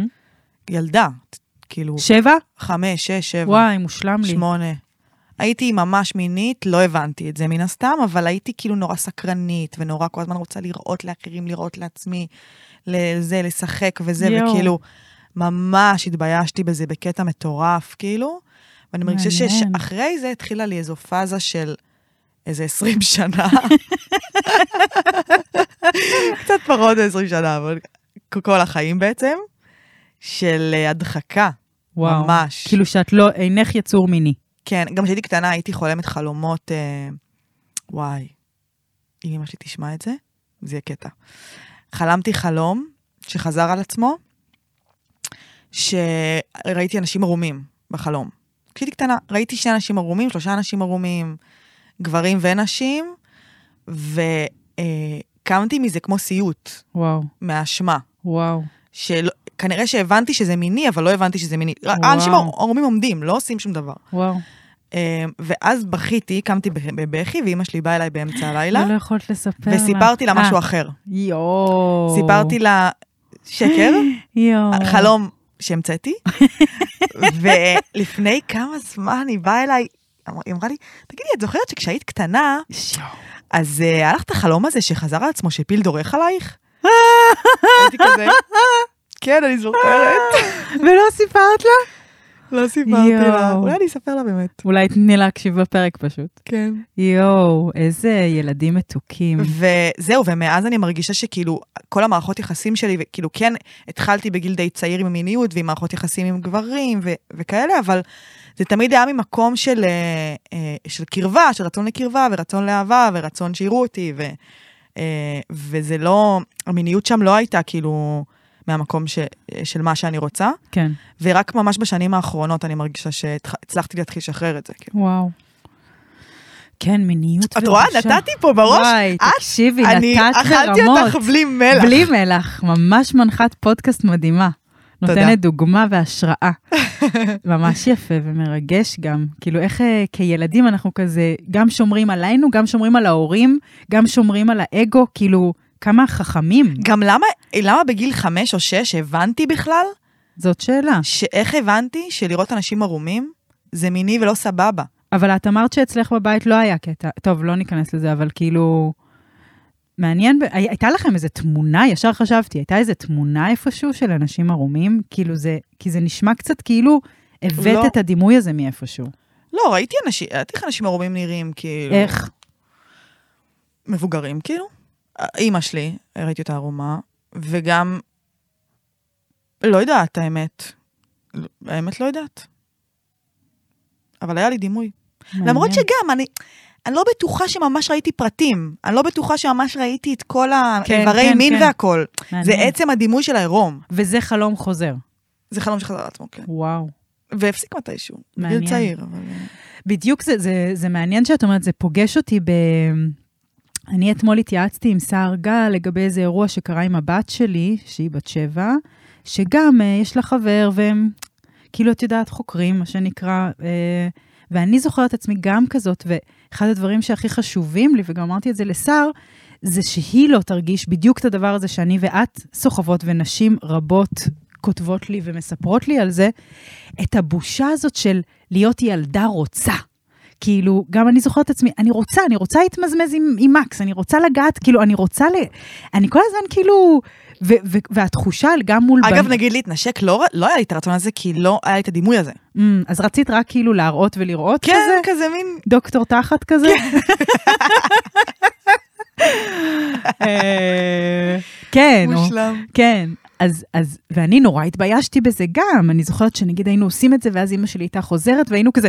ילדה, ת- כאילו, שבע? חמש, שש, שבע, וואי, מושלם לי. שמונה. הייתי ממש מינית, לא הבנתי את זה מן הסתם, אבל הייתי כאילו נורא סקרנית, ונורא כל הזמן רוצה לראות לאחרים, לראות לעצמי, לזה, לשחק וזה, יואו. יו. וכאילו, ממש התביישתי בזה בקטע מטורף, כאילו. ואני מרגישה מעניין. שאחרי זה התחילה לי איזו פאזה של איזה 20 [LAUGHS] שנה. קצת פחות מ-20 שנה, אבל כל החיים בעצם, של אה, הדחקה. וואו. ממש. כאילו שאת לא, אינך יצור מיני. כן, גם כשהייתי קטנה הייתי חולמת חלומות, אה, וואי, אם אמא שלי תשמע את זה, זה יהיה קטע. חלמתי חלום שחזר על עצמו, שראיתי אנשים ערומים בחלום. כשהייתי קטנה, ראיתי שני אנשים ערומים, שלושה אנשים ערומים, גברים ונשים, וקמתי מזה כמו סיוט, וואו, מהאשמה. וואו. שכנראה שהבנתי שזה מיני, אבל לא הבנתי שזה מיני. וואו. האנשים ערומים עומדים, לא עושים שום דבר. וואו. אה, ואז בכיתי, קמתי ב- בבכי, ואימא שלי באה אליי באמצע הלילה, אני לא יכולת לספר לה. וסיפרתי לה אה, משהו אחר. יואו. סיפרתי לה שקר, יואו. חלום שהמצאתי, [LAUGHS] ולפני כמה זמן היא באה אליי, אמר- היא אמרה לי, תגידי, את זוכרת שכשהיית קטנה, אז אה, היה לך את החלום הזה שחזר על עצמו שפיל דורך [LAUGHS] עלייך? הייתי כזה, כן, אני זוכרת. ולא סיפרת לה? לא סיפרתי לה. יואו. אולי אני אספר לה באמת. אולי תתני להקשיב בפרק פשוט. כן. יואו, איזה ילדים [LAUGHS] מתוקים. וזהו, ומאז אני מרגישה שכאילו, כל המערכות יחסים שלי, וכאילו כן, התחלתי בגיל די צעיר עם מיניות ועם מערכות יחסים עם גברים ו- וכאלה, אבל זה תמיד היה ממקום של, אה, אה, של קרבה, של רצון לקרבה, ורצון לאהבה, ורצון שיראו אותי, ו, אה, וזה לא, המיניות שם לא הייתה כאילו מהמקום ש, של מה שאני רוצה, כן. ורק ממש בשנים האחרונות אני מרגישה שהצלחתי להתחיל לשחרר את זה. כאילו. וואו. כן, מיניות את רואה? ובושה. נתתי פה בראש, וואי, את- תקשיבי, אני נתת אכלתי ברמות. אותך בלי מלח. בלי מלח, ממש מנחת פודקאסט מדהימה. תודה. נותנת דוגמה והשראה. [LAUGHS] ממש יפה ומרגש גם. כאילו איך אה, כילדים אנחנו כזה גם שומרים עלינו, גם שומרים על ההורים, גם שומרים על האגו, כאילו כמה חכמים. גם למה, למה בגיל חמש או שש הבנתי בכלל, זאת שאלה. שאיך הבנתי שלראות אנשים ערומים זה מיני ולא סבבה. אבל את אמרת שאצלך בבית לא היה קטע, טוב, לא ניכנס לזה, אבל כאילו... מעניין, ב- הי- הייתה לכם איזו תמונה, ישר חשבתי, הייתה איזו תמונה איפשהו של אנשים ערומים? כאילו זה, כי זה נשמע קצת כאילו הבאת לא. את הדימוי הזה מאיפשהו. לא, ראיתי אנשים, ראיתי איך אנשים ערומים נראים, כאילו... איך? מבוגרים, כאילו. אימא שלי, ראיתי אותה ערומה, וגם... לא יודעת, האמת. האמת לא יודעת. אבל היה לי דימוי. למרות מעניין. שגם, אני... אני לא בטוחה שממש ראיתי פרטים. אני לא בטוחה שממש ראיתי את כל האיברי כן, מין כן. והכול. זה מעניין. עצם הדימוי של העירום. וזה חלום חוזר. זה חלום שחזר על עצמו, כן. וואו. והפסיק מתישהו. מעניין. בגיל צעיר, אבל... אה, בדיוק זה, זה, זה מעניין שאת אומרת, זה פוגש אותי ב... אני אתמול התייעצתי עם סער גל לגבי איזה אירוע שקרה עם הבת שלי, שהיא בת שבע, שגם אה, יש לה חבר, והם, כאילו, את יודעת, חוקרים, מה שנקרא, אה, ואני זוכרת את עצמי גם כזאת, ואחד הדברים שהכי חשובים לי, וגם אמרתי את זה לסער, זה שהיא לא תרגיש בדיוק את הדבר הזה שאני ואת סוחבות, ונשים רבות כותבות לי ומספרות לי על זה, את הבושה הזאת של להיות ילדה רוצה. כאילו, גם אני זוכרת את עצמי, אני רוצה, אני רוצה להתמזמז עם, עם מקס, אני רוצה לגעת, כאילו, אני רוצה ל... אני כל הזמן כאילו... ו- ו- והתחושה גם מול... אגב, בנ- נגיד להתנשק, לא ר- לא היה לי את הרצון הזה, כי לא היה לי את הדימוי הזה. אמ, אז רצית רק כאילו להראות ולראות כן, כזה? כזה מין... דוקטור תחת כזה? כן. [LAUGHS] אה, כן, או- מושלם. כן. אז, אז, ואני נורא התביישתי בזה גם. אני זוכרת שנגיד היינו עושים את זה, ואז אימא שלי הייתה חוזרת, והיינו כזה,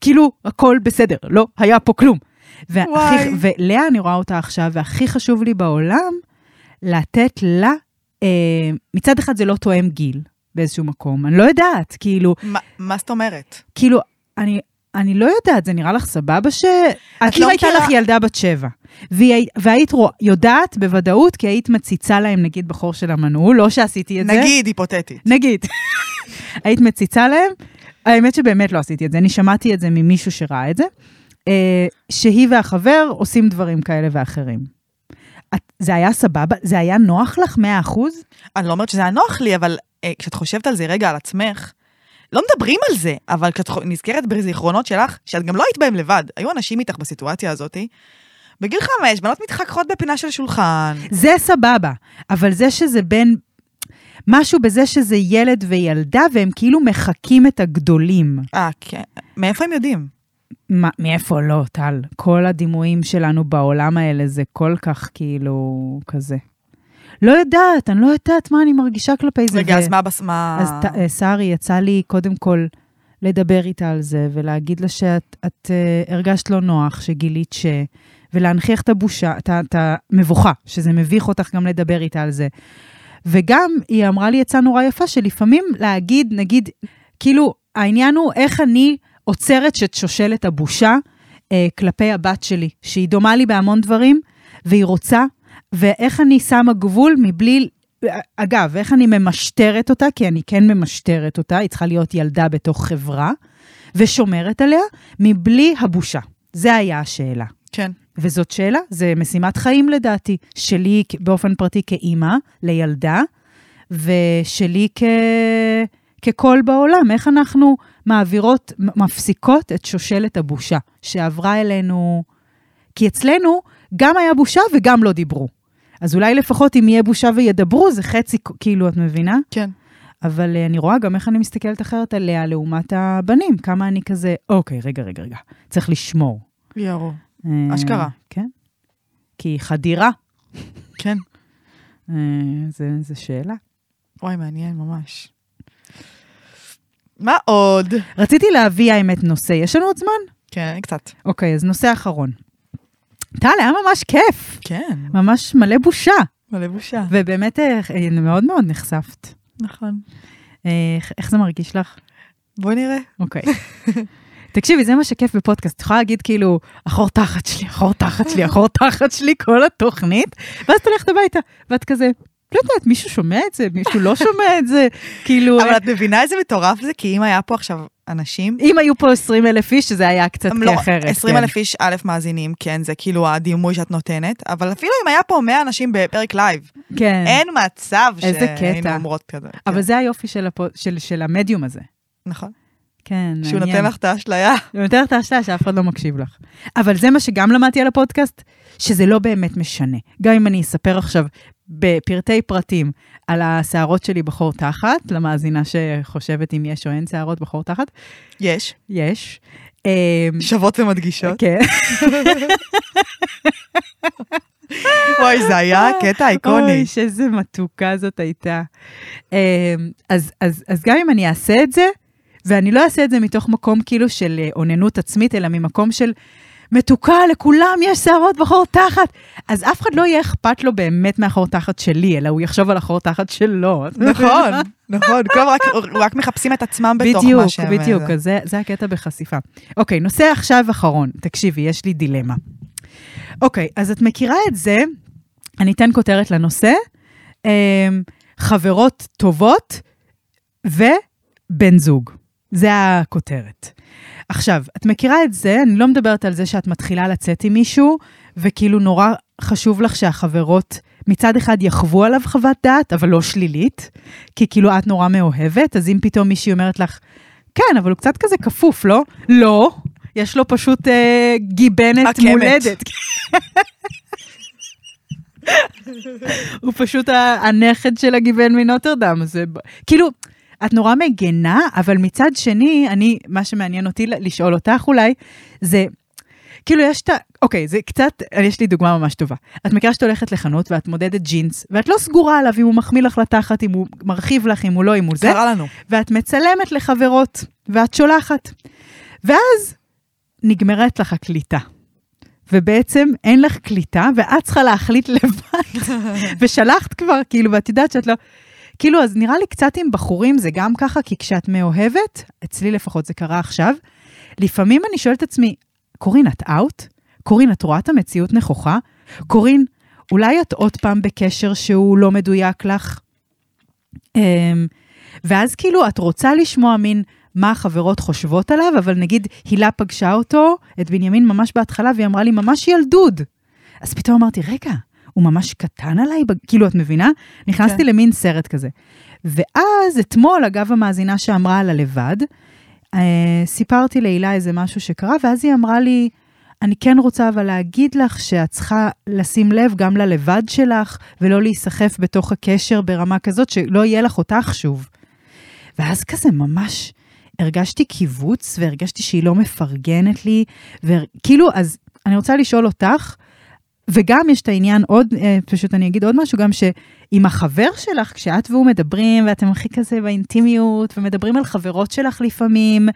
כאילו, הכל בסדר, לא היה פה כלום. וואי. והכי, ולאה, אני רואה אותה עכשיו, והכי חשוב לי בעולם, לתת לה, אה, מצד אחד זה לא תואם גיל באיזשהו מקום, אני לא יודעת, כאילו, מה- מה זאת אומרת? כאילו, אני, אני לא יודעת, זה נראה לך סבבה ש... את לא לא הייתה מכירה- לך ילדה בת שבע, והיא, והיית רוא, יודעת בוודאות, כי היית מציצה להם, נגיד, בחור של המנעול, לא שעשיתי את זה. נגיד, היפותטית. נגיד. [LAUGHS] היית מציצה להם? האמת שבאמת לא עשיתי את זה, אני שמעתי את זה ממישהו שראה את זה, אה, שהיא והחבר עושים דברים כאלה ואחרים. את, זה היה סבבה? זה היה נוח לך 100%? אני לא אומרת שזה היה נוח לי, אבל אה, כשאת חושבת על זה רגע, על עצמך, לא מדברים על זה, אבל כשאת חו- נזכרת בזיכרונות שלך, שאת גם לא היית בהם לבד, היו אנשים איתך בסיטואציה הזאת, בגיל חמש, בנות מתחככות בפינה של שולחן. זה סבבה, אבל זה שזה בין... משהו בזה שזה ילד וילדה, והם כאילו מחקים את הגדולים. אה, כן. מאיפה הם יודעים? מה, מאיפה לא, טל? כל הדימויים שלנו בעולם האלה זה כל כך כאילו כזה. לא יודעת, אני לא יודעת מה אני מרגישה כלפי זה. רגע, ו- אז מה... בס- מה... אז ת- אה, שרי, יצא לי קודם כל לדבר איתה על זה, ולהגיד לה שאת את, אה, הרגשת לא נוח, שגילית ש... ולהנכיח את הבושה, את ה- את המבוכה, שזה מביך אותך גם לדבר איתה על זה. וגם, היא אמרה לי עצה נורא יפה, שלפעמים להגיד, נגיד, כאילו, העניין הוא איך אני עוצרת שתשושלת הבושה אה, כלפי הבת שלי, שהיא דומה לי בהמון דברים, והיא רוצה, ואיך אני שמה גבול מבלי... אגב, איך אני ממשטרת אותה, כי אני כן ממשטרת אותה, היא צריכה להיות ילדה בתוך חברה, ושומרת עליה מבלי הבושה. זה היה השאלה. כן. וזאת שאלה, זה משימת חיים לדעתי, שלי כ- באופן פרטי כאימא לילדה, ושלי כ... כקול בעולם, איך אנחנו מעבירות, מ- מפסיקות את שושלת הבושה שעברה אלינו, כי אצלנו גם היה בושה וגם לא דיברו. אז אולי לפחות אם יהיה בושה וידברו, זה חצי, כ- כאילו, את מבינה? כן. אבל אה, אני רואה גם איך אני מסתכלת אחרת עליה לעומת הבנים, כמה אני כזה, אוקיי, רגע, רגע, רגע, צריך לשמור. יערו. אה, אשכרה. כן. כי חדירה, כן. אה, זה, זה שאלה. וואי, מעניין ממש. מה עוד? רציתי להביא, האמת, נושא. יש לנו עוד זמן? כן, קצת. אוקיי, אז נושא אחרון. טל, היה ממש כיף. כן, ממש מלא בושה. מלא בושה. ובאמת, אה, אה, מאוד מאוד נחשפת. נכון. אה, איך- איך זה מרגיש לך? בוא נראה. [LAUGHS] אוקיי. תקשיבי, זה מה שכיף בפודקאסט. את יכולה להגיד כאילו, החור תחת שלי, החור תחת שלי, החור תחת שלי, כל התוכנית, ואז את הולכת הביתה, ואת כזה, לא יודעת, מישהו שומע את זה, מישהו לא שומע את זה, כאילו, אבל את מבינה איזה מטורף זה? כי אם היה פה עכשיו אנשים... אם היו פה 20 אלף איש, שזה היה קצת לא, כאחרת. 20 כן. אלף איש א' מאזינים, כן, זה כאילו הדימוי שאת נותנת, אבל אפילו אם היה פה 100 אנשים בפרק לייב, כן. אין מצב איזה שהיינו קטע. אומרות כזה. אבל כן, זה היופי של הפו- של- של המדיום הזה. נכון. כן, שהוא מעניין. נותן לך את האשליה. הוא נותן לך את ההשתלה שאף אחד לא מקשיב לך. אבל זה מה שגם למדתי על הפודקאסט, שזה לא באמת משנה. גם אם אני אספר עכשיו בפרטי פרטים על השערות שלי בחור תחת, למאזינה שחושבת אם יש או אין שערות בחור תחת, יש. יש. אמ, שוות ומדגישות. כן. וואי, זה [LAUGHS] היה קטע איקוני. אוי, שאיזה מתוקה זאת הייתה. אמ, אז, אז, אז גם אם אני אעשה את זה, ואני לא אעשה את זה מתוך מקום כאילו של אה, אוננות עצמית, אלא ממקום של מתוקה, לכולם יש שערות בחור תחת. אז אף אחד לא יהיה אכפת לו באמת מהחור תחת שלי, אלא הוא יחשוב על החור תחת שלו. [LAUGHS] נכון, נכון. כולם רק- רק מחפשים את עצמם בתוך בדיוק, מה שהם... אה, בדיוק, זה. אז זה, זה הקטע בחשיפה. אוקיי, נושא עכשיו אחרון. תקשיבי, יש לי דילמה. אוקיי, אז את מכירה את זה, אני אתן כותרת לנושא, אמ, חברות טובות ובן זוג. זה הכותרת. עכשיו, את מכירה את זה, אני לא מדברת על זה שאת מתחילה לצאת עם מישהו, וכאילו נורא חשוב לך שהחברות מצד אחד יחוו עליו חוות דעת, אבל לא שלילית, כי כאילו את נורא מאוהבת, אז אם פתאום מישהי אומרת לך, כן, אבל הוא קצת כזה כפוף, לא? לא, יש לו פשוט אה, גיבנת עקמת. מולדת. [LAUGHS] הוא פשוט ה- הנכד של הגיבן מנוטרדם, אז זה ב- כאילו, את נורא מגנה, אבל מצד שני, אני, מה שמעניין אותי ל- לשאול אותך אולי, זה, כאילו יש את ה... אוקיי, זה קצת, יש לי דוגמה ממש טובה. את מכירה שאת הולכת לחנות ואת מודדת ג'ינס, ואת לא סגורה עליו אם הוא מחמיא לך לתחת, אם הוא מרחיב לך, אם הוא לא, אם הוא זה, קרה לנו. ואת מצלמת לחברות, ואת שולחת. ואז נגמרת לך הקליטה. ובעצם אין לך קליטה, ואת צריכה להחליט לבד. ושלחת כבר, כאילו, ואת יודעת שאת לא... כאילו, אז נראה לי קצת עם בחורים זה גם ככה, כי כשאת מאוהבת, אצלי לפחות זה קרה עכשיו, לפעמים אני שואלת את עצמי, קורין, את אאוט? קורין, את רואה את המציאות נכוחה? קורין, אולי את עוד פעם בקשר שהוא לא מדויק לך? אמ, ואז כאילו את רוצה לשמוע מין מה החברות חושבות עליו, אבל נגיד הילה פגשה אותו, את בנימין ממש בהתחלה, והיא אמרה לי, ממש ילדוד. אז פתאום אמרתי, רגע, הוא ממש קטן עליי? ב- כאילו, את מבינה? נכנסתי כן. למין סרט כזה. ואז אתמול, אגב, המאזינה שאמרה על הלבד, אה, סיפרתי להילה איזה משהו שקרה, ואז היא אמרה לי, אני כן רוצה אבל להגיד לך שאת צריכה לשים לב גם ללבד שלך, ולא להיסחף בתוך הקשר ברמה כזאת, שלא יהיה לך אותך שוב. ואז כזה ממש הרגשתי קיבוץ, והרגשתי שהיא לא מפרגנת לי, וכאילו, אז אני רוצה לשאול אותך, וגם יש את העניין עוד, אה, פשוט אני אגיד עוד משהו, גם שעם החבר שלך, כשאת והוא מדברים, ואתם הכי כזה באינטימיות, ומדברים על חברות שלך לפעמים,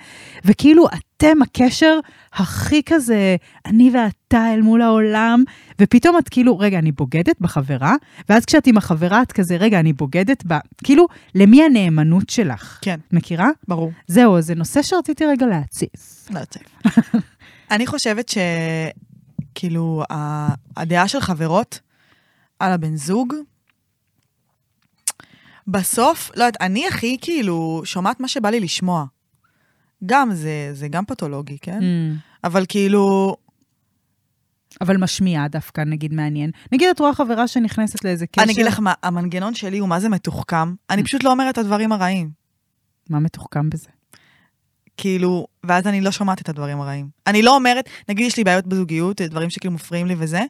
וכאילו אתם הקשר הכי כזה, אני ואתה אל מול העולם, ופתאום את כאילו, רגע, אני בוגדת בחברה, ואז כשאת עם החברה, את כזה, רגע, אני בוגדת ב... כאילו, למי הנאמנות שלך? כן. מכירה? ברור. זהו, אז זה נושא שרציתי רגע להציף. לא יוצא. [LAUGHS] אני חושבת שכאילו ה- הדעה של חברות על הבן זוג, בסוף, לא יודעת, אני הכי כאילו שומעת מה שבא לי לשמוע. גם זה, זה גם פתולוגי, כן? Mm. אבל כאילו, אבל משמיעה דווקא, נגיד, מעניין. נגיד, את רואה חברה שנכנסת לאיזה קשר. אני אגיד לך מה, המנגנון שלי הוא מה זה מתוחכם. אני פשוט לא אומרת את הדברים הרעים. מה מתוחכם בזה? כאילו, ואז אני לא שומעת את הדברים הרעים. אני לא אומרת, נגיד יש לי בעיות בזוגיות, דברים שכאילו מפריעים לי וזה,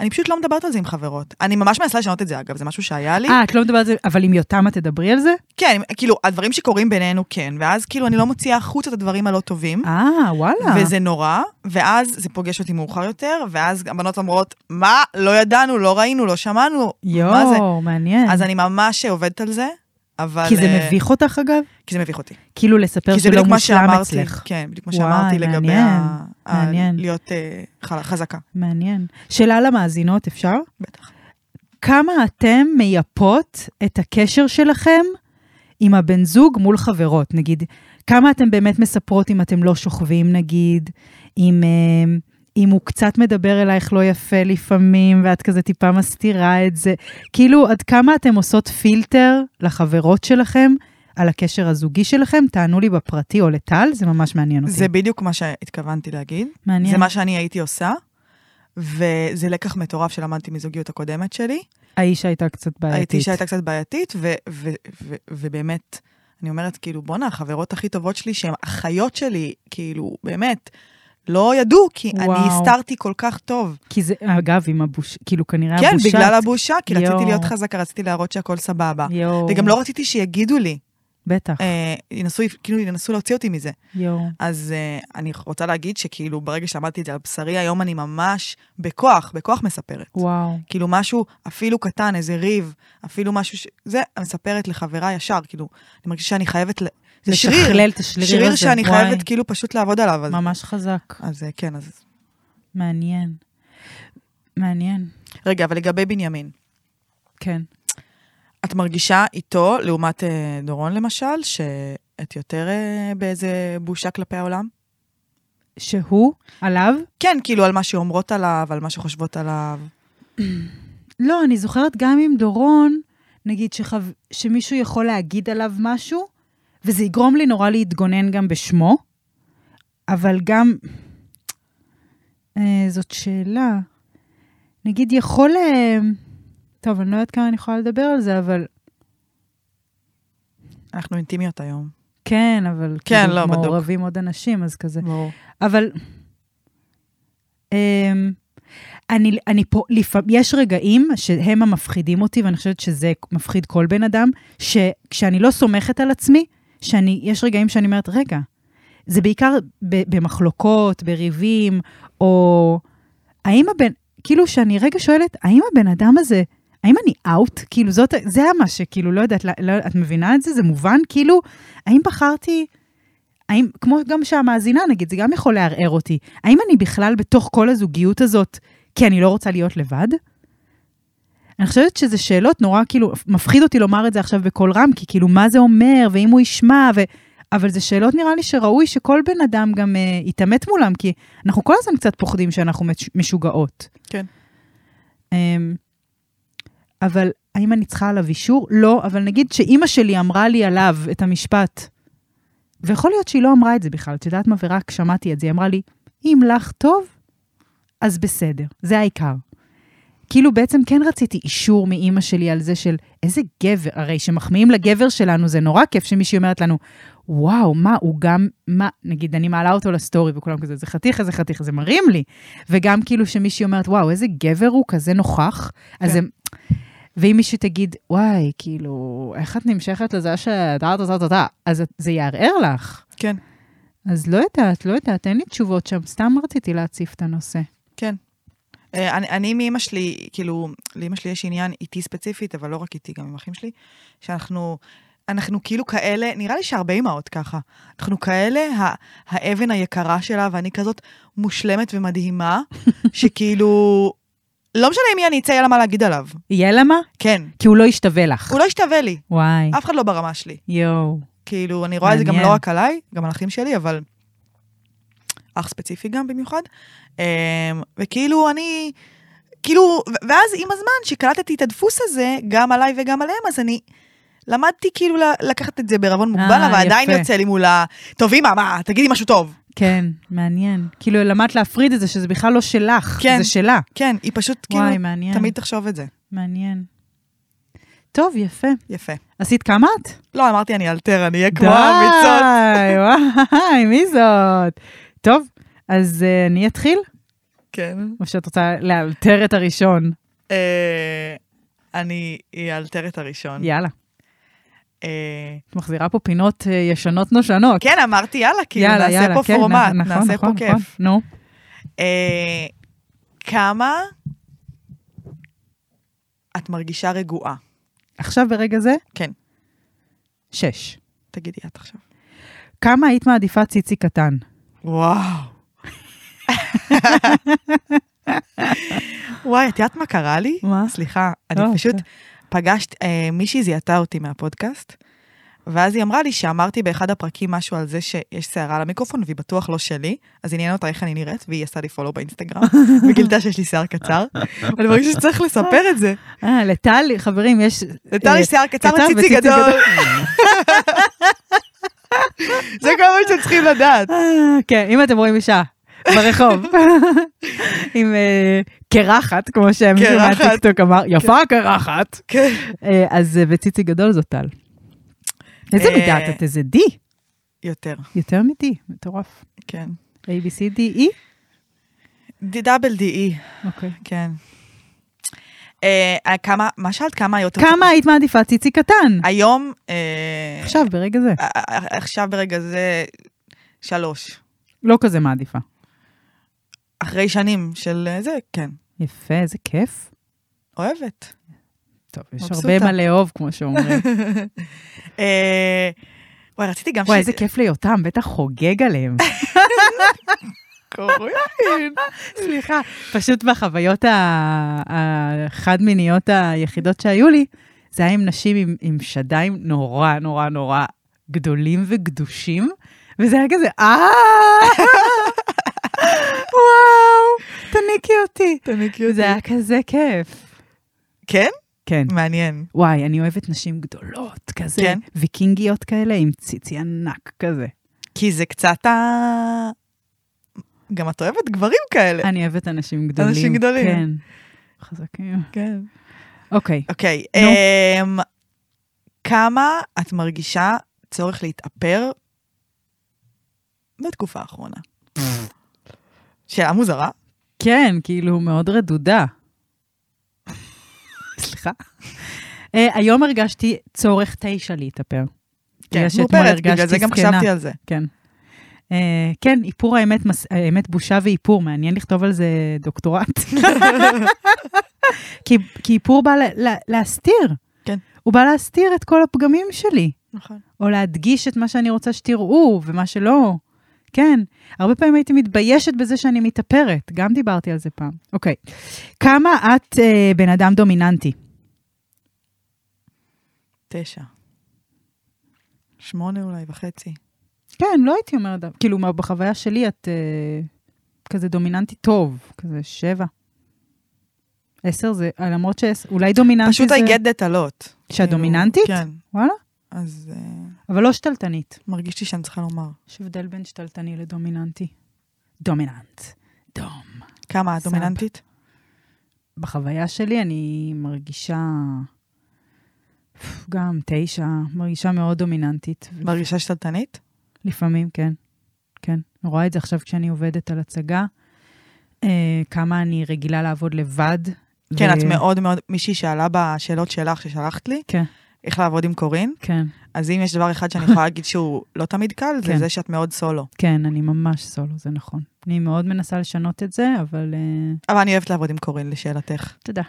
אני פשוט לא מדברת על זה עם חברות. אני ממש מנסה לשנות את זה, אגב, זה משהו שהיה לי. אה, את לא מדברת על זה, אבל עם יותם את תדברי על זה? כן, כאילו, הדברים שקורים בינינו כן, ואז כאילו אני לא מוציאה החוצה את הדברים הלא טובים. אה, וואלה. וזה נורא, ואז זה פוגש אותי מאוחר יותר, ואז הבנות אומרות, מה, לא ידענו, לא ראינו, לא שמענו, מה זה? יואו, מעניין. אז אני ממש עובדת על זה, אבל... כי זה אה, מביך אותך, אגב? כי זה מביך אותי. כאילו לספר כי זה שלא בדיוק מה מושלם שאמרתי. אצלך. כן, בדיוק מה וואי, שאמרתי לגבי מעניין, ה- ה- מעניין. להיות אה, חל- חזקה. מעניין. שאלה למאזינות, אפשר? בטח. כמה אתם מייפות את הקשר שלכם עם הבן זוג מול חברות, נגיד? כמה אתם באמת מספרות אם אתם לא שוכבים, נגיד? אם, אה, אם הוא קצת מדבר אלייך לא יפה לפעמים, ואת כזה טיפה מסתירה את זה? כאילו, עד כמה אתם עושות פילטר לחברות שלכם על הקשר הזוגי שלכם? תענו לי בפרטי או לטל, זה ממש מעניין אותי. זה בדיוק מה שהתכוונתי להגיד. מעניין. זה מה שאני הייתי עושה, וזה לקח מטורף שלמדתי מזוגיות הקודמת שלי. האיש הייתה קצת בעייתית. האישה הייתה קצת בעייתית, ו- ו- ו- ובאמת, אני אומרת, כאילו, בואנה, החברות הכי טובות שלי, שהן אחיות שלי, כאילו, באמת, לא ידעו, כי וואו. וואו. אני הסתרתי כל כך טוב. כי זה, אגב, עם הבוש... כאילו, כנראה כן, הבושה. בגלל הבושה, כי יואו. רציתי להיות חזקה, רציתי להראות שהכל סבבה. יואו. וגם לא רציתי שיגידו לי, בטח, אה, ינסו, כאילו, ינסו להוציא אותי מזה. יואו. אז אה, אני רוצה להגיד שכאילו, ברגע שלמדתי את זה על בשרי, היום אני ממש בכוח, בכוח מספרת. וואו. כאילו משהו אפילו קטן, איזה ריב, אפילו משהו ש... זה, אני מספרת לחברה ישר, כאילו, אני מרגישה שאני חייבת... ל- זה שריר, לשכלל את השריר שריר הזה, שאני וואי. חייבת כאילו פשוט לעבוד עליו. אז, ממש חזק. אז אה, כן, אז... מעניין. מעניין, רגע, אבל לגבי בנימין, כן. את מרגישה איתו, לעומת אה, דורון למשל, שאת יותר אה, באיזה בושה כלפי העולם? שהוא, עליו? כן, כאילו על מה שאומרות עליו, על מה שחושבות עליו. לא, אני זוכרת גם עם דורון, נגיד שחו... שמישהו יכול להגיד עליו משהו, וזה יגרום לי נורא להתגונן גם בשמו, אבל גם... אה, זאת שאלה. נגיד, יכול... אה, טוב, אני לא יודעת כמה אני יכולה לדבר על זה, אבל... אנחנו אינטימיות היום. כן, אבל כן, כאילו לא, בדוק. מעורבים עוד אנשים, אז כזה. ברור. אבל אמ, אני, אני פה, לפע... יש רגעים שהם המפחידים אותי, ואני חושבת שזה מפחיד כל בן אדם, שכשאני לא סומכת על עצמי, שאני, יש רגעים שאני אומרת, רגע, זה בעיקר ב, במחלוקות, בריבים, או האם הבן, כאילו שאני רגע שואלת, האם הבן אדם הזה, האם אני אאוט? כאילו זאת, זה מה שכאילו, לא יודעת, לא, לא, את מבינה את זה? זה מובן? כאילו, האם בחרתי... האם, כמו גם שהמאזינה, נגיד, זה גם יכול לערער אותי. האם אני בכלל בתוך כל הזוגיות הזאת, כי אני לא רוצה להיות לבד? אני חושבת שזה שאלות נורא, כאילו, מפחיד אותי לומר את זה עכשיו בקול רם, כי כאילו, מה זה אומר, ואם הוא ישמע, ו... אבל זה שאלות נראה לי שראוי שכל בן אדם גם uh, יתעמת מולם, כי אנחנו כל הזמן קצת פוחדים שאנחנו מש- משוגעות. כן. Um, אבל האם אני צריכה עליו אישור? לא, אבל נגיד שאימא שלי אמרה לי עליו את המשפט, ויכול להיות שהיא לא אמרה את זה בכלל, את יודעת מה, ורק שמעתי את זה, היא אמרה לי, אם לך טוב, אז בסדר, זה העיקר. כאילו בעצם כן רציתי אישור מאימא שלי על זה של איזה גבר, הרי שמחמיאים לגבר שלנו זה נורא כיף שמישהי אומרת לנו, וואו, מה, הוא גם, מה, נגיד, אני מעלה אותו לסטורי וכולם כזה, זה חתיך, איזה חתיך, זה מרים לי. וגם כאילו שמישהי אומרת, וואו, איזה גבר הוא כזה נוכח, אז כן. הם... ואם מישהו תגיד, וואי, כאילו, איך את נמשכת לזה שאתה, אתה, אתה, אתה, אתה, אז את- זה יערער לך. כן, אז לא יודעת, לא יודעת, אין לי תשובות שם, סתם רציתי להציף את הנושא. כן. אה, אני, אני מאימא שלי, כאילו, לאימא שלי יש עניין איתי ספציפית, אבל לא רק איתי, גם עם אחים שלי, שאנחנו, אנחנו כאילו כאלה, נראה לי שהרבה אימהות ככה, אנחנו כאלה ה, האבן היקרה שלה, ואני כזאת מושלמת ומדהימה, שכאילו, לא משנה עם מי אני אצא, יהיה לה מה להגיד עליו. יהיה למה? כן. כי הוא לא ישתווה לך. הוא לא ישתווה לי, וואי, אף אחד לא ברמה שלי. יואו. כאילו, אני רואה את זה גם מעניין. לא רק עליי, גם על אחים שלי, אבל... אח ספציפי גם במיוחד. אמ, וכאילו, אני... כאילו, ו- ואז עם הזמן שקלטתי את הדפוס הזה, גם עליי וגם עליהם, אז אני למדתי כאילו ל- לקחת את זה בערבון מוגבל, אה, אבל עדיין יפה. יוצא לי מול ה... טוב, אמא, מה? תגידי משהו טוב. כן, מעניין. כאילו, למדת להפריד את זה, שזה בכלל לא שלך, כן. זה שלה. כן, היא פשוט כאילו וואי, מעניין. תמיד תחשוב את זה. מעניין. טוב, יפה. יפה. עשית כמה את? לא, אמרתי, אני אלתר, אני אהיה כמו האמיצות. די, וואי, מי זאת? טוב, אז אה, אני אתחיל? כן. או שאת רוצה לאלתר את הראשון? אה, אני אהיה האלתרת הראשון. יאללה. אה, את מחזירה פה פינות אה, ישנות נושנות. כן, אמרתי, יאללה, כאילו, יאללה, נעשה יאללה, פה כן, נ- פורמט, נכון, נעשה פה נכון, נכון. כיף. נו, אה, כמה את מרגישה רגועה? עכשיו ברגע זה? כן. שש. תגידי את עכשיו. כמה היית מעדיפה ציצי קטן? וואו. [LAUGHS] וואי, את יודעת מה קרה לי? מה? אה, סליחה, אני לא, פשוט בסדר. פגשת, אה, מישהי זיהתה אותי מהפודקאסט, ואז היא אמרה לי שאמרתי באחד הפרקים משהו על זה שיש שערה על המיקרופון והיא בטוח לא שלי, אז עניין אותה איך אני נראית, והיא עשה לי [LAUGHS] פולו באינסטגרם, וגילתה שיש לי שיער קצר. אני מרגישה שצריך לספר את זה. אה, לטלי, חברים, יש... לטלי אה, שיער קצר וציצי וציצי גדול. זה כל מה שאתם צריכים [LAUGHS] לדעת. אה, כן, אם אתם רואים אישה [LAUGHS] ברחוב, עם אה, קרחת, כמו שמישהו קרחת. מהטיקטוק אמר, יפה הקרחת. כן. אה, אז אה, וציצי גדול זאת טל. איזה אה, מידה את? את איזה D? יותר, יותר מ-D, מטורף. כן. A, B, C, D, E? דאבל די אי, אוקיי. כן. אה, כמה, מה שאלת? כמה יותר? כמה היית מעדיפה ציצי קטן? היום, אה, עכשיו, ברגע זה. אה, אה, עכשיו ברגע זה, שלוש. לא כזה מעדיפה. אחרי שנים של אה, זה, כן. יפה, איזה כיף. אוהבת. [LAUGHS] טוב, יש מבסוטה. הרבה מה לאהוב, כמו [LAUGHS] שאומרים. אה, וואי, רציתי גם וואי, איזה [LAUGHS] כיף ליותם, בטח חוגג עליהם. קוראים. סליחה, פשוט בחוויות ה- החד-מיניות היחידות שהיו לי, זה היה עם נשים עם, עם שדיים נורא נורא נורא גדולים וגדושים, וזה היה כזה, [LAUGHS] אה! וואו, תניקי אותי. תניקי זה היה כזה כיף. כן? כן. מעניין. וואי, אני אוהבת נשים גדולות כזה, כן. ויקינגיות כאלה עם ציצי ענק כזה. כי זה קצת ה... גם את אוהבת גברים כאלה. אני אוהבת אנשים גדולים. אנשים גדולים. כן. חזקים. כן. אוקיי. אוקיי, נו. אמ, כמה את מרגישה צורך להתאפר בתקופה האחרונה? שאלה מוזרה. כן, כאילו, מאוד רדודה. סליחה. אה, היום הרגשתי צורך תשע להתאפר. בגלל שאתמול מאופרת, כן, בגלל זה הרגשתי גם זקנה. חשבתי על זה. כן. אה, כן, איפור האמת, מס- האמת בושה ואיפור, מעניין לכתוב על זה [LAUGHS] דוקטורט. כי, כי איפור בא לה, לה, להסתיר. כן. הוא בא להסתיר את כל הפגמים שלי, נכון. או להדגיש את מה שאני רוצה שתראו ומה שלא. כן, הרבה פעמים הייתי מתביישת בזה שאני מתאפרת, גם דיברתי על זה פעם. אוקיי, כמה את אה, בן אדם דומיננטי? תשע. שמונה אולי וחצי. כן, לא הייתי אומרת, דו- כאילו, מה- בחוויה שלי את אה, כזה דומיננטי טוב, כזה שבע. עשר זה, אה, למרות שאולי דומיננטי פשוט זה... I get that a lot. שאת כאילו, דומיננטית? כן. וואלה. אז אה, אבל לא שתלטנית. מרגיש לי שאני צריכה לומר. יש הבדל בין שתלטני לדומיננטי. דומיננט. דום. כמה את סאב. דומיננטית? בחוויה שלי אני מרגישה... גם תשע, מרגישה מאוד דומיננטית. מרגישה שתלטנית? לפעמים, כן. כן. אני רואה את זה עכשיו כשאני עובדת על הצגה. אה, כמה אני רגילה לעבוד לבד. כן, ו- את מאוד מאוד, מישהי שאלה בשאלות שלך ששלחת לי, כן, איך לעבוד עם קורין, כן, אז אם יש דבר אחד שאני יכולה להגיד שהוא לא תמיד קל, זה כן. זה שאת מאוד סולו. כן, אני ממש סולו, זה נכון. אני מאוד מנסה לשנות את זה, אבל אה, אבל אני אוהבת לעבוד עם קורין, לשאלתך. תודה.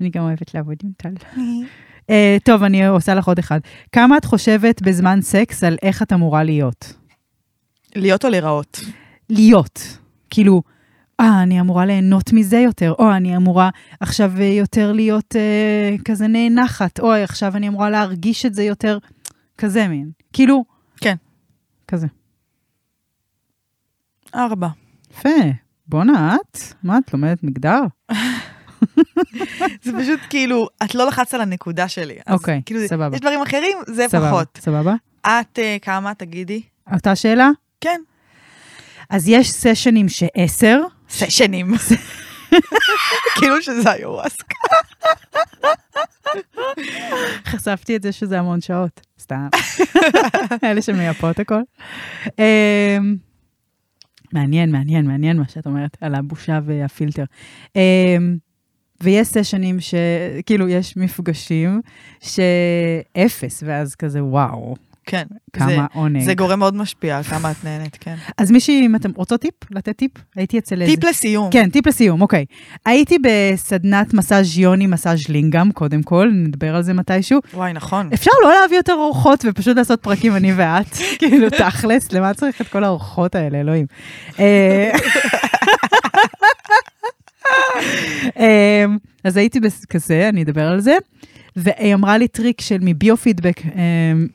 אני גם אוהבת לעבוד עם [LAUGHS] טל. אה, טוב, אני עושה לך עוד אחד. כמה את חושבת בזמן סקס על איך את אמורה להיות? להיות או להיראות. להיות. כאילו, אה, אני אמורה ליהנות מזה יותר, או אני אמורה עכשיו אה, יותר להיות אה, כזה נאנחת, או עכשיו אני אמורה להרגיש את זה יותר, כזה מין. כאילו... כן. כזה. ארבע. יפה. בואנה, את? מה, את לומדת מגדר? זה פשוט כאילו, את לא לחצת על הנקודה שלי. אז אוקיי, כאילו, סבבה. יש דברים אחרים, זה סבבה, פחות. סבבה. את אה, כמה, תגידי? אותה שאלה? כן. אז יש סשנים שעשר, [LAUGHS] סשנים. כאילו שזה היורסקה. חשפתי את זה שזה המון שעות, [LAUGHS] סתם. אלה שמייפות הכל. אמ, מעניין, מעניין, מעניין מה שאת אומרת על הבושה והפילטר. אמ, ויש סשנים ש... כאילו, יש מפגשים שאפס, ואז כזה, וואו, כן. זה- כמה אה, עונג. זה גורם מאוד משפיע, על כמה את נהנית, כן. אז מישהי, אם אתם רוצות טיפ? לתת טיפ? הייתי אצל איזה... טיפ לסיום. כן, טיפ לסיום, אוקיי. הייתי בסדנת מסאז' יוני, מסאז' לינגאם, קודם כל, נדבר על זה מתישהו. וואי, נכון. אפשר לא להביא יותר אורחות ופשוט לעשות פרקים אני ואת, כאילו, תכלס, למה צריך את כל האורחות האלה, אלוהים. אה, אה, אז הייתי בכזה, אני אדבר על זה, והיא אמרה לי טריק של מביו-פידבק, אה,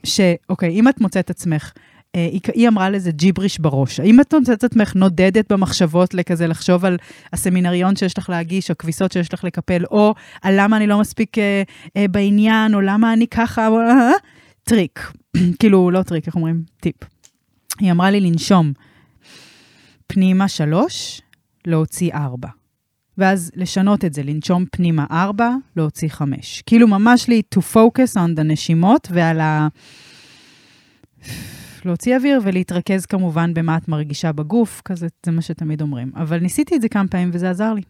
שאוקיי, אם את מוצאת עצמך, אה, היא- היא אמרה לזה ג'יבריש בראש. האם את מוצאת עצמך נודדת במחשבות לכזה לחשוב על הסמינריון שיש לך להגיש, או כביסות שיש לך לקפל, או על למה אני לא מספיק אה, אה, בעניין, או למה אני ככה, או- אה, אה, טריק. [CLEARS THROAT] כאילו, לא טריק, איך אומרים? טיפ. היא אמרה לי לנשום פנימה שלוש, להוציא ארבע. ואז לשנות את זה, לנשום פנימה ארבע, להוציא חמש. כאילו ממש לי to focus on הנשימות ועל ה... להוציא אוויר ולהתרכז כמובן במה את מרגישה בגוף, כזה, זה מה שתמיד אומרים. אבל ניסיתי את זה כמה פעמים וזה עזר לי.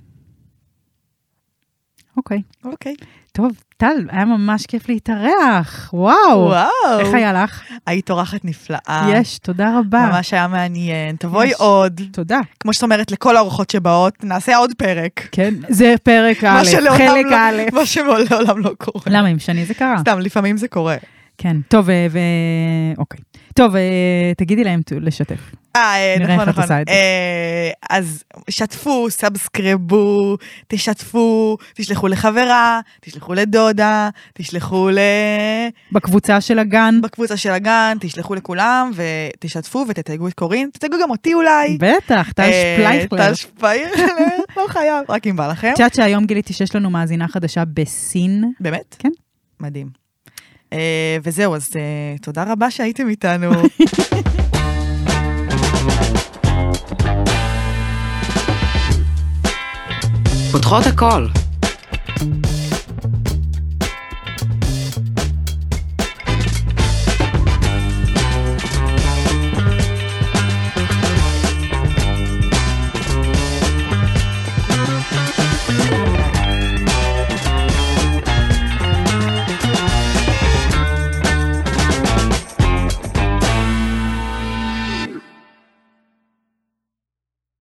אוקיי. אוקיי. טוב, טל, היה ממש כיף להתארח. וואו. וואו. איך היה לך? היית אורחת נפלאה. יש, תודה רבה. ממש היה מעניין. תבואי יש. עוד. תודה. כמו שאת אומרת, לכל האורחות שבאות, נעשה עוד פרק. כן, זה פרק מה א', שלעולם חלק לא- א'. מה שלעולם לא קורה. למה, עם שני זה קרה? סתם, לפעמים זה קורה. כן, טוב, אה, ו... אוקיי. טוב, אה, תגידי להם ת- לשתף. אה, אה, נראה איך את נכון, נכון. עושה את זה. אה, אז שתפו, סאבסקרבו, תשתפו, תשלחו לחברה, תשלחו לדודה, תשלחו ל... בקבוצה של הגן, בקבוצה של הגן, תשלחו לכולם, ותשתפו ותתייגו את קורין, תתייגו גם אותי אולי. בטח, טל אה, שפלייכלר. טל שפייכלר, לא חייב, רק אם בא לכם. את יודעת שהיום גיליתי שיש לנו מאזינה חדשה בסין. באמת? כן. מדהים. אה, וזהו, אז אה, תודה רבה שהייתם איתנו. [LAUGHS] פותחות הכל.